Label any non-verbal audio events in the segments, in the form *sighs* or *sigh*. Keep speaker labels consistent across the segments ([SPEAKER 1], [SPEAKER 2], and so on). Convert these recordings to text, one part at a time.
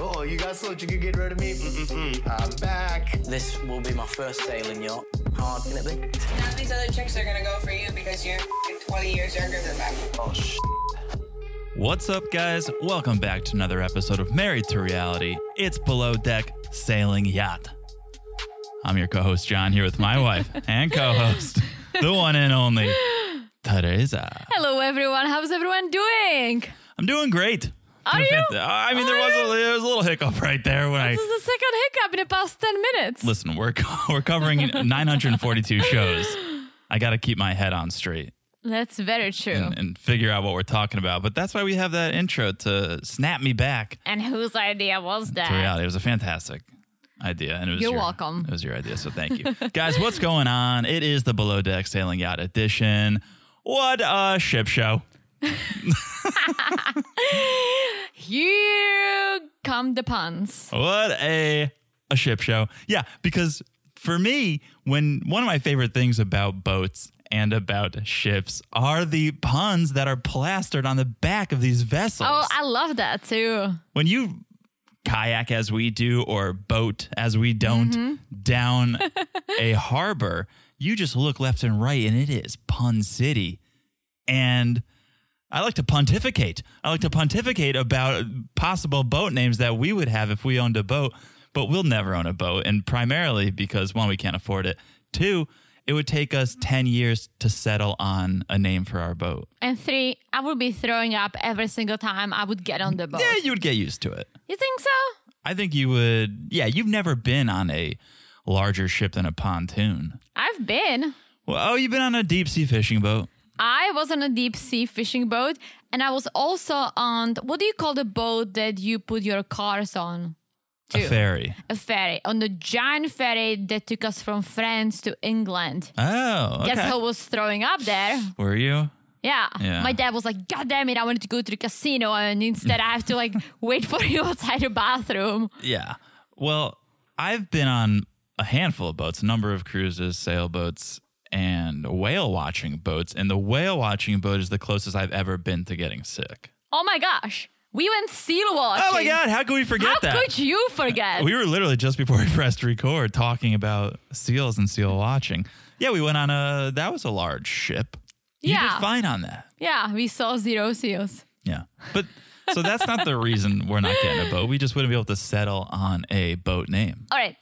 [SPEAKER 1] Oh, you got such a good get rid of me. Mm-mm-mm. I'm back.
[SPEAKER 2] This will be my first sailing yacht. How hard can it be?
[SPEAKER 3] Now these other chicks are gonna go for you because you're 20 years younger than them.
[SPEAKER 2] Oh, sh.
[SPEAKER 4] What's up, guys? Welcome back to another episode of Married to Reality. It's Below Deck Sailing Yacht. I'm your co host, John, here with my
[SPEAKER 5] *laughs*
[SPEAKER 4] wife and co host, the one and only Teresa.
[SPEAKER 5] Hello, everyone. How's everyone doing?
[SPEAKER 4] I'm doing great.
[SPEAKER 5] Are you?
[SPEAKER 4] I mean, there was, a, there was a little hiccup right there when I.
[SPEAKER 5] This is the second hiccup in the past 10 minutes.
[SPEAKER 4] Listen, we're, co- *laughs* we're covering
[SPEAKER 5] *laughs*
[SPEAKER 4] 942 shows. I got to keep my head on straight.
[SPEAKER 5] That's very true.
[SPEAKER 4] and, and figure out what we're talking about. But that's why we have that intro to snap me back
[SPEAKER 5] and whose idea was
[SPEAKER 4] to
[SPEAKER 5] that?
[SPEAKER 4] reality. It was a fantastic idea. And it was
[SPEAKER 5] You're
[SPEAKER 4] your,
[SPEAKER 5] welcome.
[SPEAKER 4] It was your idea. So thank
[SPEAKER 5] *laughs*
[SPEAKER 4] you. Guys, what's going on? It is the Below Deck Sailing Yacht Edition. What a ship show.
[SPEAKER 5] Here come the puns.
[SPEAKER 4] What a a ship show. Yeah, because for me, when one of my favorite things about boats and about ships are the puns that are plastered on the back of these vessels.
[SPEAKER 5] Oh, I love that too.
[SPEAKER 4] when you kayak as we do or boat as we don't down a harbor, you just look left and right and it is pun city. And I like to pontificate. I like to pontificate about possible boat names that we would have if we owned a boat, but we'll never own a boat. And primarily because one, we can't afford it. Two, it would take us 10 years to settle on a name for our boat.
[SPEAKER 5] And three, I would be throwing up every single time I would get on the boat.
[SPEAKER 4] Yeah, you would get used to it.
[SPEAKER 5] You think so?
[SPEAKER 4] I think you would. Yeah, you've never been on a larger ship than a pontoon.
[SPEAKER 5] I've been.
[SPEAKER 4] Well, oh, you've been on a deep sea fishing boat.
[SPEAKER 5] I was on a deep sea fishing boat and I was also on what do you call the boat that you put your cars on?
[SPEAKER 4] A ferry.
[SPEAKER 5] a ferry on the giant ferry that took us from France to England.
[SPEAKER 4] Oh, okay.
[SPEAKER 5] Guess who was throwing up there?
[SPEAKER 4] Were you?
[SPEAKER 5] Yeah.
[SPEAKER 4] Yeah.
[SPEAKER 5] My dad was like, God damn it, I wanted to go to the casino and instead I have
[SPEAKER 4] *laughs*
[SPEAKER 5] to like wait for you outside the bathroom.
[SPEAKER 4] Yeah. Well, I've been on a handful of boats, a number of cruises, sailboats, and whale watching boats. And the whale watching boat is the closest I've ever been to getting sick.
[SPEAKER 5] Oh my gosh. We went seal watching.
[SPEAKER 4] Oh my God! How could we forget
[SPEAKER 5] How
[SPEAKER 4] that?
[SPEAKER 5] could you forget?
[SPEAKER 4] *laughs* We were literally just before we *laughs* pressed record talking about seals and seal watching. Yeah, we went on a that was a large ship. You
[SPEAKER 5] Yeah.
[SPEAKER 4] did fine on that.
[SPEAKER 5] yeah, we saw zero seals.
[SPEAKER 4] Yeah. But so that's not the reason we're not getting a boat. We just wouldn't be able to settle on a boat name.
[SPEAKER 5] All right.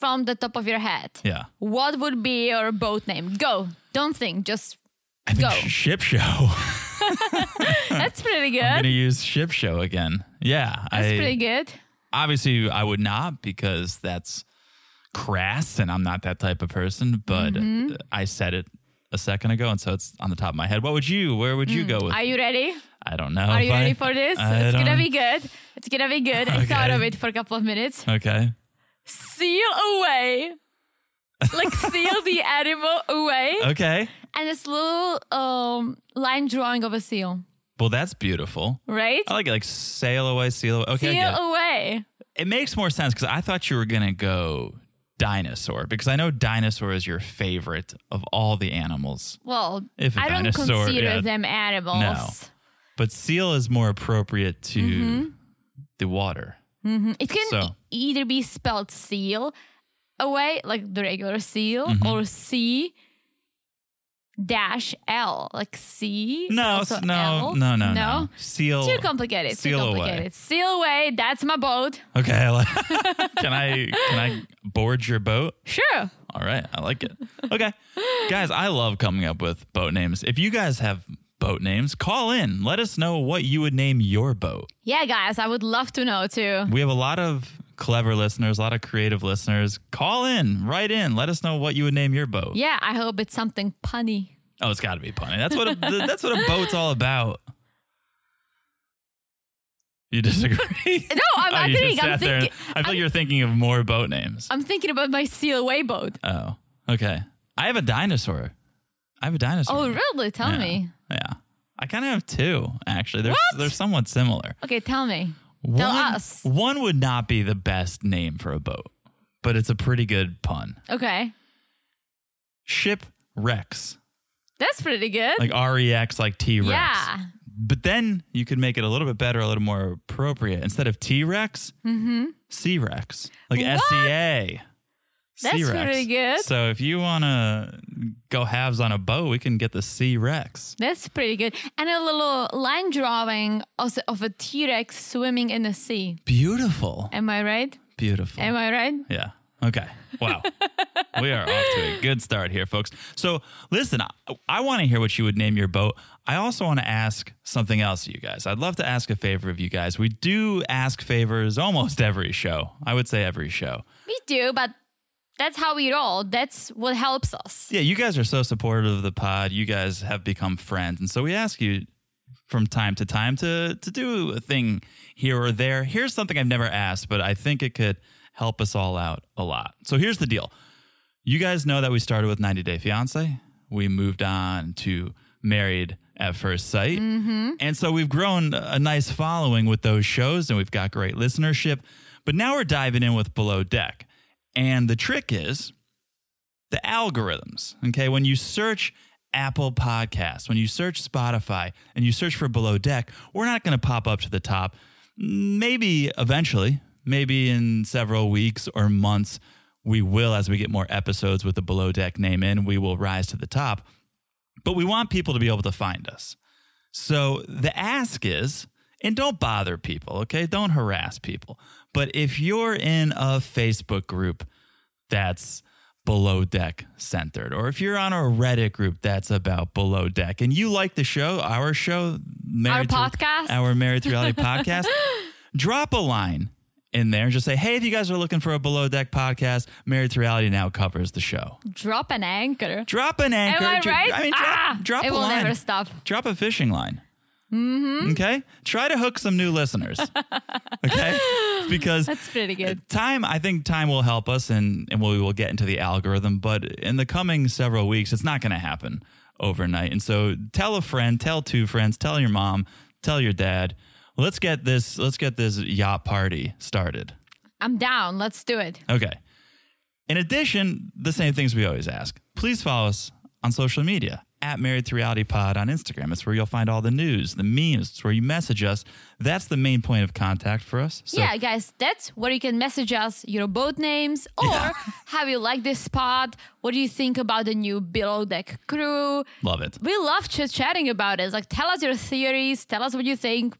[SPEAKER 5] From the top of your head.
[SPEAKER 4] Yeah.
[SPEAKER 5] What would be your boat name? Go. Don't think.
[SPEAKER 4] *clears throat*
[SPEAKER 5] Just
[SPEAKER 4] I think *laughs*
[SPEAKER 5] Go.
[SPEAKER 4] ship show. I'm
[SPEAKER 5] that's pretty good.
[SPEAKER 4] gonna use ship show again. Yeah.
[SPEAKER 5] that's
[SPEAKER 4] I,
[SPEAKER 5] pretty good.
[SPEAKER 4] obviously I would not because that's crass and I'm not that type of person, but
[SPEAKER 5] Mm-hmm.
[SPEAKER 4] I said it a second ago and so it's on the top of my head. What would you where would you go with
[SPEAKER 5] Are you ready?
[SPEAKER 4] I don't know.
[SPEAKER 5] Are
[SPEAKER 4] if
[SPEAKER 5] you
[SPEAKER 4] I-
[SPEAKER 5] ready for this?
[SPEAKER 4] I
[SPEAKER 5] it's gonna
[SPEAKER 4] don't-
[SPEAKER 5] be good. It's gonna be good. I thought
[SPEAKER 4] Okay.
[SPEAKER 5] of it for a couple of minutes.
[SPEAKER 4] Okay.
[SPEAKER 5] Seal away.
[SPEAKER 4] *laughs*
[SPEAKER 5] like seal the animal away.
[SPEAKER 4] Okay.
[SPEAKER 5] And this little um line drawing of a seal,
[SPEAKER 4] Well, that's beautiful.
[SPEAKER 5] right?
[SPEAKER 4] I like it. Like sail away, seal away. Okay. I
[SPEAKER 5] seal
[SPEAKER 4] get it.
[SPEAKER 5] away.
[SPEAKER 4] It makes more sense because I thought you were going to go dinosaur because I know dinosaur is your favorite of all the animals.
[SPEAKER 5] Well,
[SPEAKER 4] If a
[SPEAKER 5] I don't
[SPEAKER 4] dinosaur,
[SPEAKER 5] consider
[SPEAKER 4] yeah.
[SPEAKER 5] them animals.
[SPEAKER 4] But seal is more appropriate to
[SPEAKER 5] Mm-hmm.
[SPEAKER 4] the water.
[SPEAKER 5] It can
[SPEAKER 4] So.
[SPEAKER 5] e- either be spelled seal away, like the regular seal,
[SPEAKER 4] Mm-hmm.
[SPEAKER 5] or C dash L, like C.
[SPEAKER 4] No,
[SPEAKER 5] also
[SPEAKER 4] s- no,
[SPEAKER 5] L.
[SPEAKER 4] no, no, no, Seal.
[SPEAKER 5] Too complicated.
[SPEAKER 4] Seal
[SPEAKER 5] too
[SPEAKER 4] away.
[SPEAKER 5] complicated. Seal away. That's my boat.
[SPEAKER 4] Okay. I
[SPEAKER 5] *laughs*
[SPEAKER 4] like- *laughs* can I can I board your boat?
[SPEAKER 5] Sure.
[SPEAKER 4] All right, I like it. Okay. guys, I love coming up with boat names. If you guys have boat names, call in. Let us know what you would name your boat.
[SPEAKER 5] Yeah, guys, I would love to know too.
[SPEAKER 4] We have a lot of clever listeners, a lot of creative listeners. Call in, write in. Let us know what you would name your boat.
[SPEAKER 5] Yeah, I hope it's something punny.
[SPEAKER 4] Oh, it's got to be punny. That's what a, th- that's what a boat's all about. You disagree?
[SPEAKER 5] *laughs*
[SPEAKER 4] *laughs*
[SPEAKER 5] No, I'm
[SPEAKER 4] Oh, you just
[SPEAKER 5] agreeing. I'm
[SPEAKER 4] sat there.
[SPEAKER 5] thinking.
[SPEAKER 4] I feel like you're thinking of more boat names.
[SPEAKER 5] I'm thinking about my seal away boat.
[SPEAKER 4] oh, okay. I have a dinosaur. I have a dinosaur.
[SPEAKER 5] Oh, really? Tell
[SPEAKER 4] Yeah.
[SPEAKER 5] me.
[SPEAKER 4] Yeah. I kind of have two, actually. They're, they're somewhat similar.
[SPEAKER 5] Okay, tell me.
[SPEAKER 4] One,
[SPEAKER 5] Tell us.
[SPEAKER 4] one would not be the best name for a boat, but it's a pretty good pun.
[SPEAKER 5] Okay,
[SPEAKER 4] Ship Rex.
[SPEAKER 5] that's pretty good.
[SPEAKER 4] Like R E X, like T Rex.
[SPEAKER 5] yeah,
[SPEAKER 4] But then you could make it a little bit better, a little more appropriate. Instead of T Rex, C Rex, like
[SPEAKER 5] Mm-hmm. What?
[SPEAKER 4] S E A.
[SPEAKER 5] That's pretty good.
[SPEAKER 4] So if you want to go halves on a bow, we can get the C Rex.
[SPEAKER 5] That's pretty good. And a little line drawing also of a T Rex swimming in the sea.
[SPEAKER 4] Beautiful.
[SPEAKER 5] Am I right?
[SPEAKER 4] Beautiful.
[SPEAKER 5] Am I right?
[SPEAKER 4] Yeah. Okay. Wow. we are off to a good start here, folks. So, listen, I, I want to hear what you would name your boat. I also want to ask something else of you guys. I'd love to ask a favor of you guys. We do ask favors almost every show. I would say every show.
[SPEAKER 5] We do, but that's how we roll. That's what helps us.
[SPEAKER 4] Yeah, you guys are so supportive of the pod. You guys have become friends. And so we ask you from time to time to to do a thing here or there. Here's something I've never asked, but I think it could help us all out a lot. So here's the deal. You guys know that we started with 90 Day Fiance. We moved on to Married at First Sight. And so we've grown a nice following with those shows and we've got great listenership. But now we're diving in with Below Deck. And the trick is the algorithms. Okay. When you search Apple Podcasts, when you search Spotify, and you search for Below Deck, we're not going to pop up to the top. Maybe eventually, maybe in several weeks or months, we will, as we get more episodes with the Below Deck name in, we will rise to the top. But we want people to be able to find us. So the ask is, and don't bother people, okay? Don't harass people. But if you're in a Facebook group that's below deck centered, or if you're on a Reddit group that's about below deck, and you like the show, our show, Married to-
[SPEAKER 5] podcast?
[SPEAKER 4] our Married to Reality podcast, drop a line in there and just say, hey, if you guys are looking for a below deck podcast, Married to Reality now covers the show.
[SPEAKER 5] Drop an anchor.
[SPEAKER 4] Drop an anchor.
[SPEAKER 5] I
[SPEAKER 4] dr-
[SPEAKER 5] right?
[SPEAKER 4] I mean, drop,
[SPEAKER 5] Ah,
[SPEAKER 4] drop
[SPEAKER 5] it
[SPEAKER 4] a
[SPEAKER 5] will
[SPEAKER 4] line.
[SPEAKER 5] never stop.
[SPEAKER 4] Drop a fishing line. Mm-hmm. Okay. Try to hook some new
[SPEAKER 5] *laughs*
[SPEAKER 4] listeners. okay. Because uh,
[SPEAKER 5] That's pretty good.
[SPEAKER 4] time, I think time will help us and, and we will get into the algorithm. But in the coming several weeks, it's not going to happen overnight. And so tell a friend, tell two friends, tell your mom, tell your dad. Let's get this, let's get this yacht party started.
[SPEAKER 5] I'm down. Let's do it.
[SPEAKER 4] Okay. In addition, the same things we always ask. Please follow us on social media at Married to Reality Pod on Instagram. It's where you'll find all the news, the memes. It's where you message us. That's the main point of contact for us. So
[SPEAKER 5] yeah, guys, that's where you can message us your boat names or how you like this spot. What do you think about the new below deck crew?
[SPEAKER 4] love it.
[SPEAKER 5] We love chit chatting about it. Like, tell us your theories. Tell us what you think.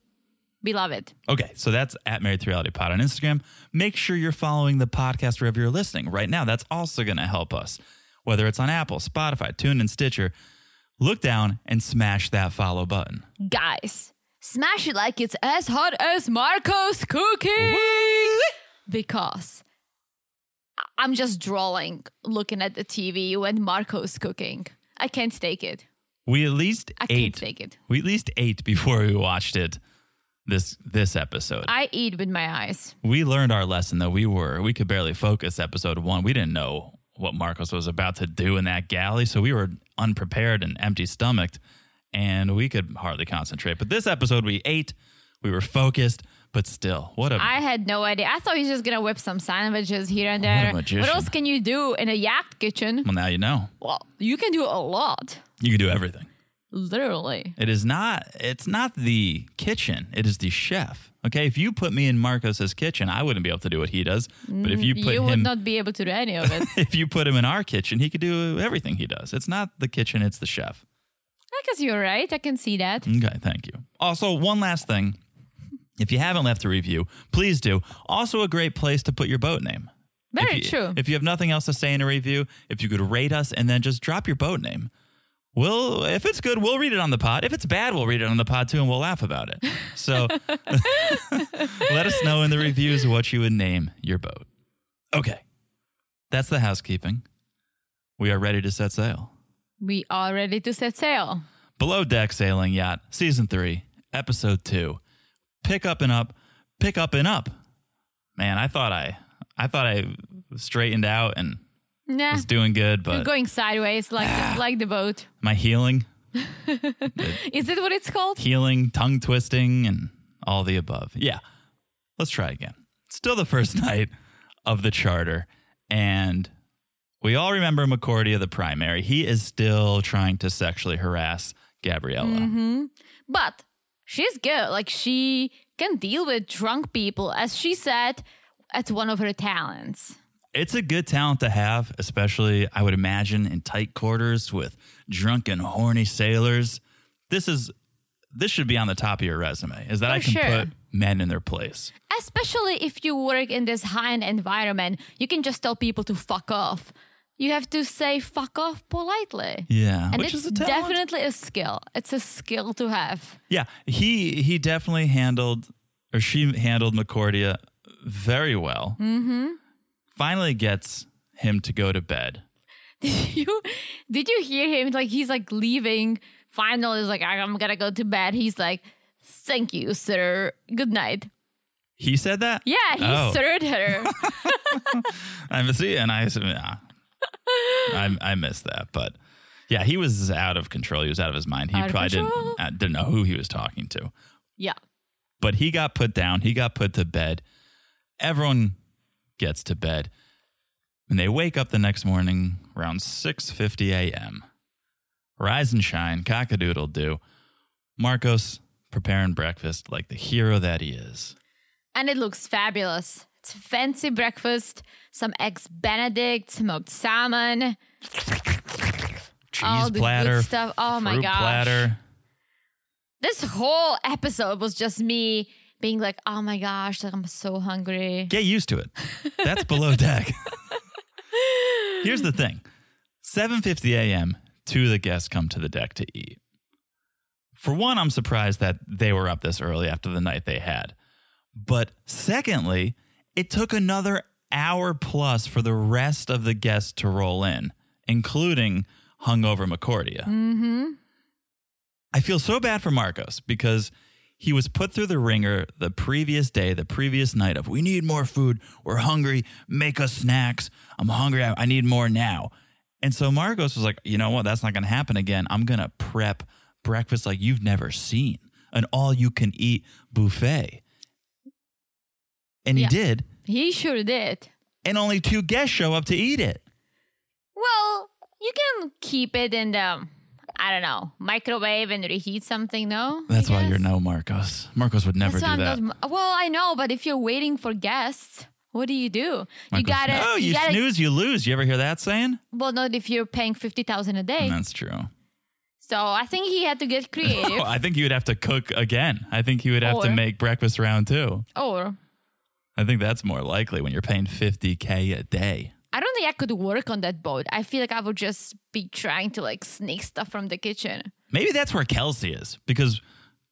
[SPEAKER 5] We love it.
[SPEAKER 4] Okay, so that's at Married to Reality Pod on Instagram. Make sure you're following the podcast wherever you're listening right now. That's also going to help us, whether it's on Apple, Spotify, TuneIn, Stitcher. Look down and smash that follow button.
[SPEAKER 5] Guys, smash it like it's as hot as Marco's cookie. Because I- I'm just drawing looking at the TV when Marco's cooking. I can't take it.
[SPEAKER 4] We at least
[SPEAKER 5] I
[SPEAKER 4] ate.
[SPEAKER 5] can't take it.
[SPEAKER 4] We at least ate before we watched it this this episode.
[SPEAKER 5] I eat with my eyes.
[SPEAKER 4] we learned our lesson though. We were we could barely focus episode one. We didn't know what Marcos was about to do in that galley, so we were unprepared and empty stomached, and we could hardly concentrate. But this episode we ate, we were focused, but still, what a
[SPEAKER 5] I had no idea. I thought he's just gonna whip some sandwiches here and
[SPEAKER 4] a
[SPEAKER 5] there.
[SPEAKER 4] magician.
[SPEAKER 5] What else can you do in a yacht kitchen?
[SPEAKER 4] well now you know.
[SPEAKER 5] Well, you can do a lot,
[SPEAKER 4] You can do everything.
[SPEAKER 5] literally.
[SPEAKER 4] It is not it's not the kitchen, it is the chef. Okay, if you put me in Marcos's kitchen, I wouldn't be able to do what he does. But if you put
[SPEAKER 5] Mm, You
[SPEAKER 4] him
[SPEAKER 5] would not be able to do any
[SPEAKER 4] *laughs*
[SPEAKER 5] of it.
[SPEAKER 4] if you put him in our kitchen, he could do everything he does. It's not the kitchen, it's the chef.
[SPEAKER 5] I guess you're right. I can see that.
[SPEAKER 4] Okay, thank you. Also, one last thing. If you haven't left a review, please do. Also, a great place to put your boat name. If
[SPEAKER 5] Very
[SPEAKER 4] you-
[SPEAKER 5] true.
[SPEAKER 4] If you have nothing else to say in a review, if you could rate us and then just drop your boat name. We'll, if it's good, we'll read it on the pod. If it's bad, we'll read it on the pod too and we'll laugh about it.
[SPEAKER 5] *laughs*
[SPEAKER 4] So *laughs* let us know in the reviews what you would name your boat. Okay. That's the housekeeping. We are ready to set sail.
[SPEAKER 5] we are ready to set sail.
[SPEAKER 4] Below Deck Sailing Yacht, Season 3, Episode 2. Pick up and up, pick up and up. Man, I thought I I thought I straightened out and
[SPEAKER 5] Nah,
[SPEAKER 4] was doing good,
[SPEAKER 5] we're
[SPEAKER 4] but
[SPEAKER 5] going sideways like
[SPEAKER 4] *sighs*
[SPEAKER 5] like the boat.
[SPEAKER 4] my healing,
[SPEAKER 5] Is it what it's called?
[SPEAKER 4] healing, tongue twisting and all the above. Yeah. Let's try again. Still the first *laughs* night of the charter and we all remember McCordy of the
[SPEAKER 5] Mm-hmm.
[SPEAKER 4] primary. He is still trying to sexually harass Gabriella.
[SPEAKER 5] But she's good. Like she can deal with drunk people, as she said, that's one of her talents.
[SPEAKER 4] It's a good talent to have, especially, I would imagine, in tight quarters with drunken, horny sailors. This is this should be on the top of your resume. Is that I
[SPEAKER 5] For
[SPEAKER 4] can
[SPEAKER 5] sure.
[SPEAKER 4] put men in their place.
[SPEAKER 5] Especially if you work in this high end environment, you can just tell people to fuck off. You have to say fuck off politely.
[SPEAKER 4] Yeah,
[SPEAKER 5] And
[SPEAKER 4] which is
[SPEAKER 5] it's
[SPEAKER 4] a talent.
[SPEAKER 5] definitely a skill. It's a skill to have. *laughs*
[SPEAKER 4] Yeah, he he definitely handled or she handled McCordia very well. Mm-hmm. Finally gets him to go to bed.
[SPEAKER 5] Did you did you hear him? Like he's like leaving. Finally, he's like, I'm gonna go to bed. He's like, Thank you, sir. Good night.
[SPEAKER 4] He said that.
[SPEAKER 5] Yeah, he
[SPEAKER 4] Oh.
[SPEAKER 5] sirred
[SPEAKER 4] *laughs*
[SPEAKER 5] her.
[SPEAKER 4] I see, and I said,
[SPEAKER 5] *laughs*
[SPEAKER 4] nah. I I missed that, but yeah, he was out of control. He was out of his mind. He
[SPEAKER 5] Out of
[SPEAKER 4] probably
[SPEAKER 5] control.
[SPEAKER 4] didn't uh, didn't know who he was talking to.
[SPEAKER 5] yeah.
[SPEAKER 4] But he got put down. He got put to bed. Everyone gets to bed, and they wake up the next morning around six fifty a.m. Rise and shine, cockadoodle do. Marcos preparing breakfast like the hero that he is.
[SPEAKER 5] And it looks fabulous. It's a fancy breakfast, some eggs benedict, smoked salmon.
[SPEAKER 4] Cheese
[SPEAKER 5] All the good
[SPEAKER 4] platter,
[SPEAKER 5] stuff. Oh my
[SPEAKER 4] fruit
[SPEAKER 5] gosh.
[SPEAKER 4] platter.
[SPEAKER 5] This whole episode was just me being like, oh my gosh, like I'm so hungry.
[SPEAKER 4] Get used to it. That's below deck. Here's the thing. 7:50 a.m. two of the guests come to the deck to eat. For one, I'm surprised that they were up this early after the night they had. But secondly, it took another hour plus for the rest of the guests to roll in, including hungover McCordia. I feel so bad for Marcos because he was put through the ringer the previous day, the previous night of we need more food. We're hungry. Make us snacks. I'm hungry. I, I need more now. And so Marcos was like, you know what? That's not going to happen again. I'm going to prep breakfast like you've never seen an all you can eat buffet. And
[SPEAKER 5] Yeah.
[SPEAKER 4] he did.
[SPEAKER 5] He sure did.
[SPEAKER 4] And only two guests show up to eat it.
[SPEAKER 5] Well, you can keep it in the, I don't know, microwave and reheat something, no? I
[SPEAKER 4] That's why
[SPEAKER 5] guess?
[SPEAKER 4] you're no Marcos. Marcos would never
[SPEAKER 5] That's why
[SPEAKER 4] do that.
[SPEAKER 5] I'm not- well, I know, but if you're waiting for guests, what do you do? you
[SPEAKER 4] Marcos,
[SPEAKER 5] gotta.
[SPEAKER 4] No, Oh, you,
[SPEAKER 5] gotta,
[SPEAKER 4] snooze, you lose. You ever hear that saying?
[SPEAKER 5] Well, not if you're paying fifty thousand a day.
[SPEAKER 4] That's true.
[SPEAKER 5] So I think he had
[SPEAKER 4] *laughs*
[SPEAKER 5] to get
[SPEAKER 4] Oh,
[SPEAKER 5] creative,
[SPEAKER 4] I think you would have to cook again. I think you would have to
[SPEAKER 5] Or-
[SPEAKER 4] make breakfast round two.
[SPEAKER 5] or
[SPEAKER 4] I think that's more likely when you're paying 50K a day.
[SPEAKER 5] I don't think I could work on that boat. I feel like I would just be trying to like sneak stuff from the kitchen.
[SPEAKER 4] Maybe that's where Kelsey is because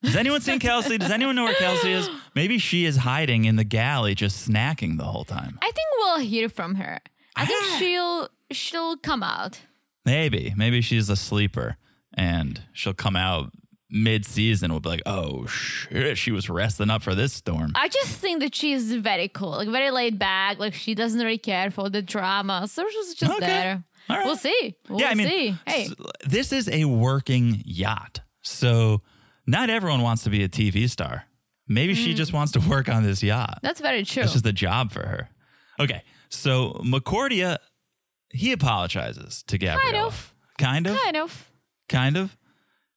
[SPEAKER 4] has anyone seen Kelsey? Does anyone know where Kelsey is? Maybe she is hiding in the galley just snacking the whole time.
[SPEAKER 5] I think we'll hear from her. I think she'll she'll come out.
[SPEAKER 4] Maybe. Maybe she's a sleeper and she'll come out mid season. We'll be like, oh shit, she was resting up for this storm.
[SPEAKER 5] I just think that she is very cool, like very laid back. Like she doesn't really care for the drama, so she's just
[SPEAKER 4] Okay.
[SPEAKER 5] there.
[SPEAKER 4] All right.
[SPEAKER 5] We'll see. We'll
[SPEAKER 4] yeah, I mean,
[SPEAKER 5] see. Hey,
[SPEAKER 4] s- this is a working yacht. So not everyone wants to be a TV star. Maybe
[SPEAKER 5] Mm.
[SPEAKER 4] she just wants to work on this yacht.
[SPEAKER 5] that's very true.
[SPEAKER 4] That's just a job for her. Okay. So McCordia, he apologizes to Gabrielle.
[SPEAKER 5] of.
[SPEAKER 4] Kind of.
[SPEAKER 5] kind of.
[SPEAKER 4] Kind of.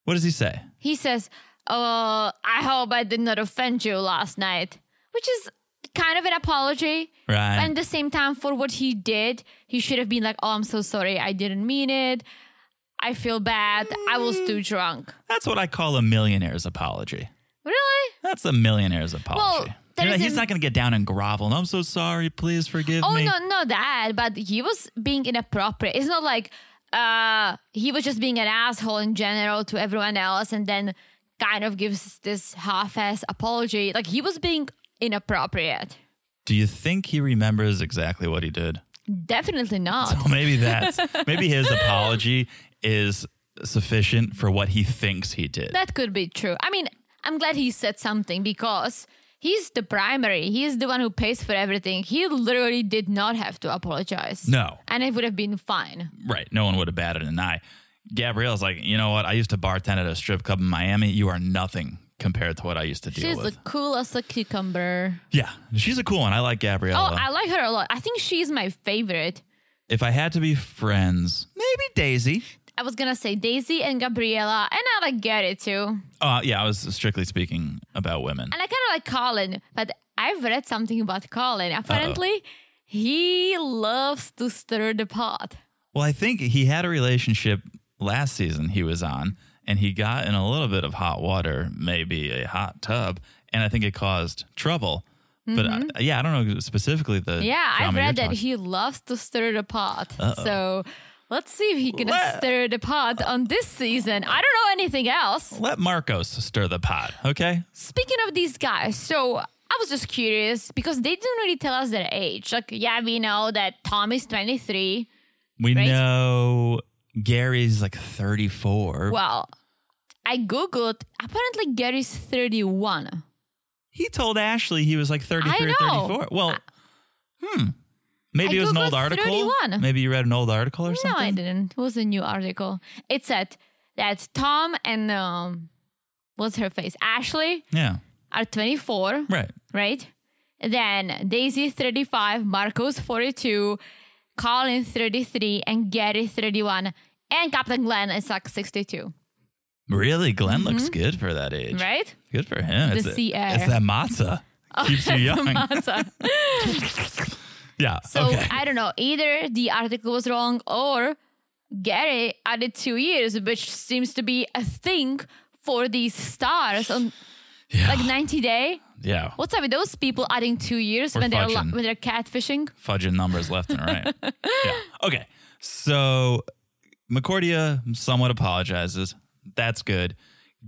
[SPEAKER 4] What does he say?
[SPEAKER 5] He says, "Uh, I hope I did not offend you last night," which is kind of an apology.
[SPEAKER 4] Right.
[SPEAKER 5] And at the same time, for what he did, he should have been like, "Oh, I'm so sorry. I didn't mean it. I feel bad. I was too
[SPEAKER 4] Mm.
[SPEAKER 5] drunk."
[SPEAKER 4] That's what I call a millionaire's apology.
[SPEAKER 5] Really?
[SPEAKER 4] That's a millionaire's apology.
[SPEAKER 5] there
[SPEAKER 4] You know,
[SPEAKER 5] is
[SPEAKER 4] he's
[SPEAKER 5] a-
[SPEAKER 4] not going to get down and grovel. I'm so sorry. Please forgive
[SPEAKER 5] Oh
[SPEAKER 4] me.
[SPEAKER 5] no, not that. But he was being inappropriate. It's not like uh he was just being an asshole in general to everyone else, and then kind of gives this half-ass apology. Like he was being inappropriate.
[SPEAKER 4] Do you think he remembers exactly what he did?
[SPEAKER 5] Definitely not.
[SPEAKER 4] *laughs* Well, maybe that's maybe his apology is sufficient for what he thinks he did.
[SPEAKER 5] That could be true. I mean, I'm glad he said something because he's the primary. He's the one who pays for everything. He literally did not have to apologize.
[SPEAKER 4] No.
[SPEAKER 5] And it would have been fine.
[SPEAKER 4] right. No one would have batted an eye. Gabrielle's like, you know what? I used to bartend at a strip club in Miami. You are nothing compared to what I used to deal
[SPEAKER 5] She's
[SPEAKER 4] with.
[SPEAKER 5] the coolest a cucumber.
[SPEAKER 4] yeah, she's a cool one. I like
[SPEAKER 5] Oh,
[SPEAKER 4] Gabrielle.
[SPEAKER 5] I like her a lot. I think she's my favorite.
[SPEAKER 4] if I had to be friends, maybe Daisy.
[SPEAKER 5] I was gonna say Daisy and Gabriella, and I like get it too.
[SPEAKER 4] Uh, yeah, I was strictly speaking about women.
[SPEAKER 5] and I kind of like Colin, but I've read something about Colin. Apparently, he loves to stir the pot.
[SPEAKER 4] Well, I think he had a relationship last season he was on, and he got in a little bit of hot water, maybe a hot tub, and I think it caused trouble. But I, yeah, I don't know specifically the.
[SPEAKER 5] Mm-hmm. Yeah, I've
[SPEAKER 4] drama you're
[SPEAKER 5] read that
[SPEAKER 4] talking-
[SPEAKER 5] he loves to stir the pot. So let's see if he can stir the pot on this season. I don't know anything else.
[SPEAKER 4] Let Marcos stir the pot, okay?
[SPEAKER 5] Speaking of these guys, so. I was just curious because they didn't really tell us their age. Like, yeah, we know that Tom is 23.
[SPEAKER 4] We
[SPEAKER 5] Right.
[SPEAKER 4] know Gary's like
[SPEAKER 5] *laughs*
[SPEAKER 4] 34.
[SPEAKER 5] Well, I Googled, apparently Gary's 31.
[SPEAKER 4] He told Ashley he was like 33 or
[SPEAKER 5] know.
[SPEAKER 4] 34. Well, hmm. Maybe it
[SPEAKER 5] I
[SPEAKER 4] was an old
[SPEAKER 5] googled
[SPEAKER 4] article.
[SPEAKER 5] 31.
[SPEAKER 4] Maybe you read an old article or
[SPEAKER 5] No, I
[SPEAKER 4] something.
[SPEAKER 5] didn't. It was a new article. It said that Tom and um, what's her face? Ashley
[SPEAKER 4] yeah.
[SPEAKER 5] are 24,
[SPEAKER 4] Right.
[SPEAKER 5] right? Then Daisy 35, Marcos 42, Colin 33, and Gary 31, and Captain Glenn is like 62,
[SPEAKER 4] Really? Glenn looks
[SPEAKER 5] Mm-hmm.
[SPEAKER 4] good for that age.
[SPEAKER 5] *laughs* right?
[SPEAKER 4] Good for him.
[SPEAKER 5] The
[SPEAKER 4] it's,
[SPEAKER 5] sea air.
[SPEAKER 4] it's that
[SPEAKER 5] *laughs*
[SPEAKER 4] matzah. Keeps you young.
[SPEAKER 5] So,
[SPEAKER 4] *laughs* yeah.
[SPEAKER 5] so
[SPEAKER 4] okay.
[SPEAKER 5] I don't know. Either the article was wrong or Gary added two years, which seems to be a thing for these stars on
[SPEAKER 4] yeah.
[SPEAKER 5] like 90 day.
[SPEAKER 4] yeah.
[SPEAKER 5] What's up with those people adding two years
[SPEAKER 4] Or
[SPEAKER 5] when they're
[SPEAKER 4] fudging.
[SPEAKER 5] li- when they're catfishing?
[SPEAKER 4] Fudging numbers left and
[SPEAKER 5] *laughs*
[SPEAKER 4] right. yeah. Okay. So McCordia somewhat apologizes. That's good.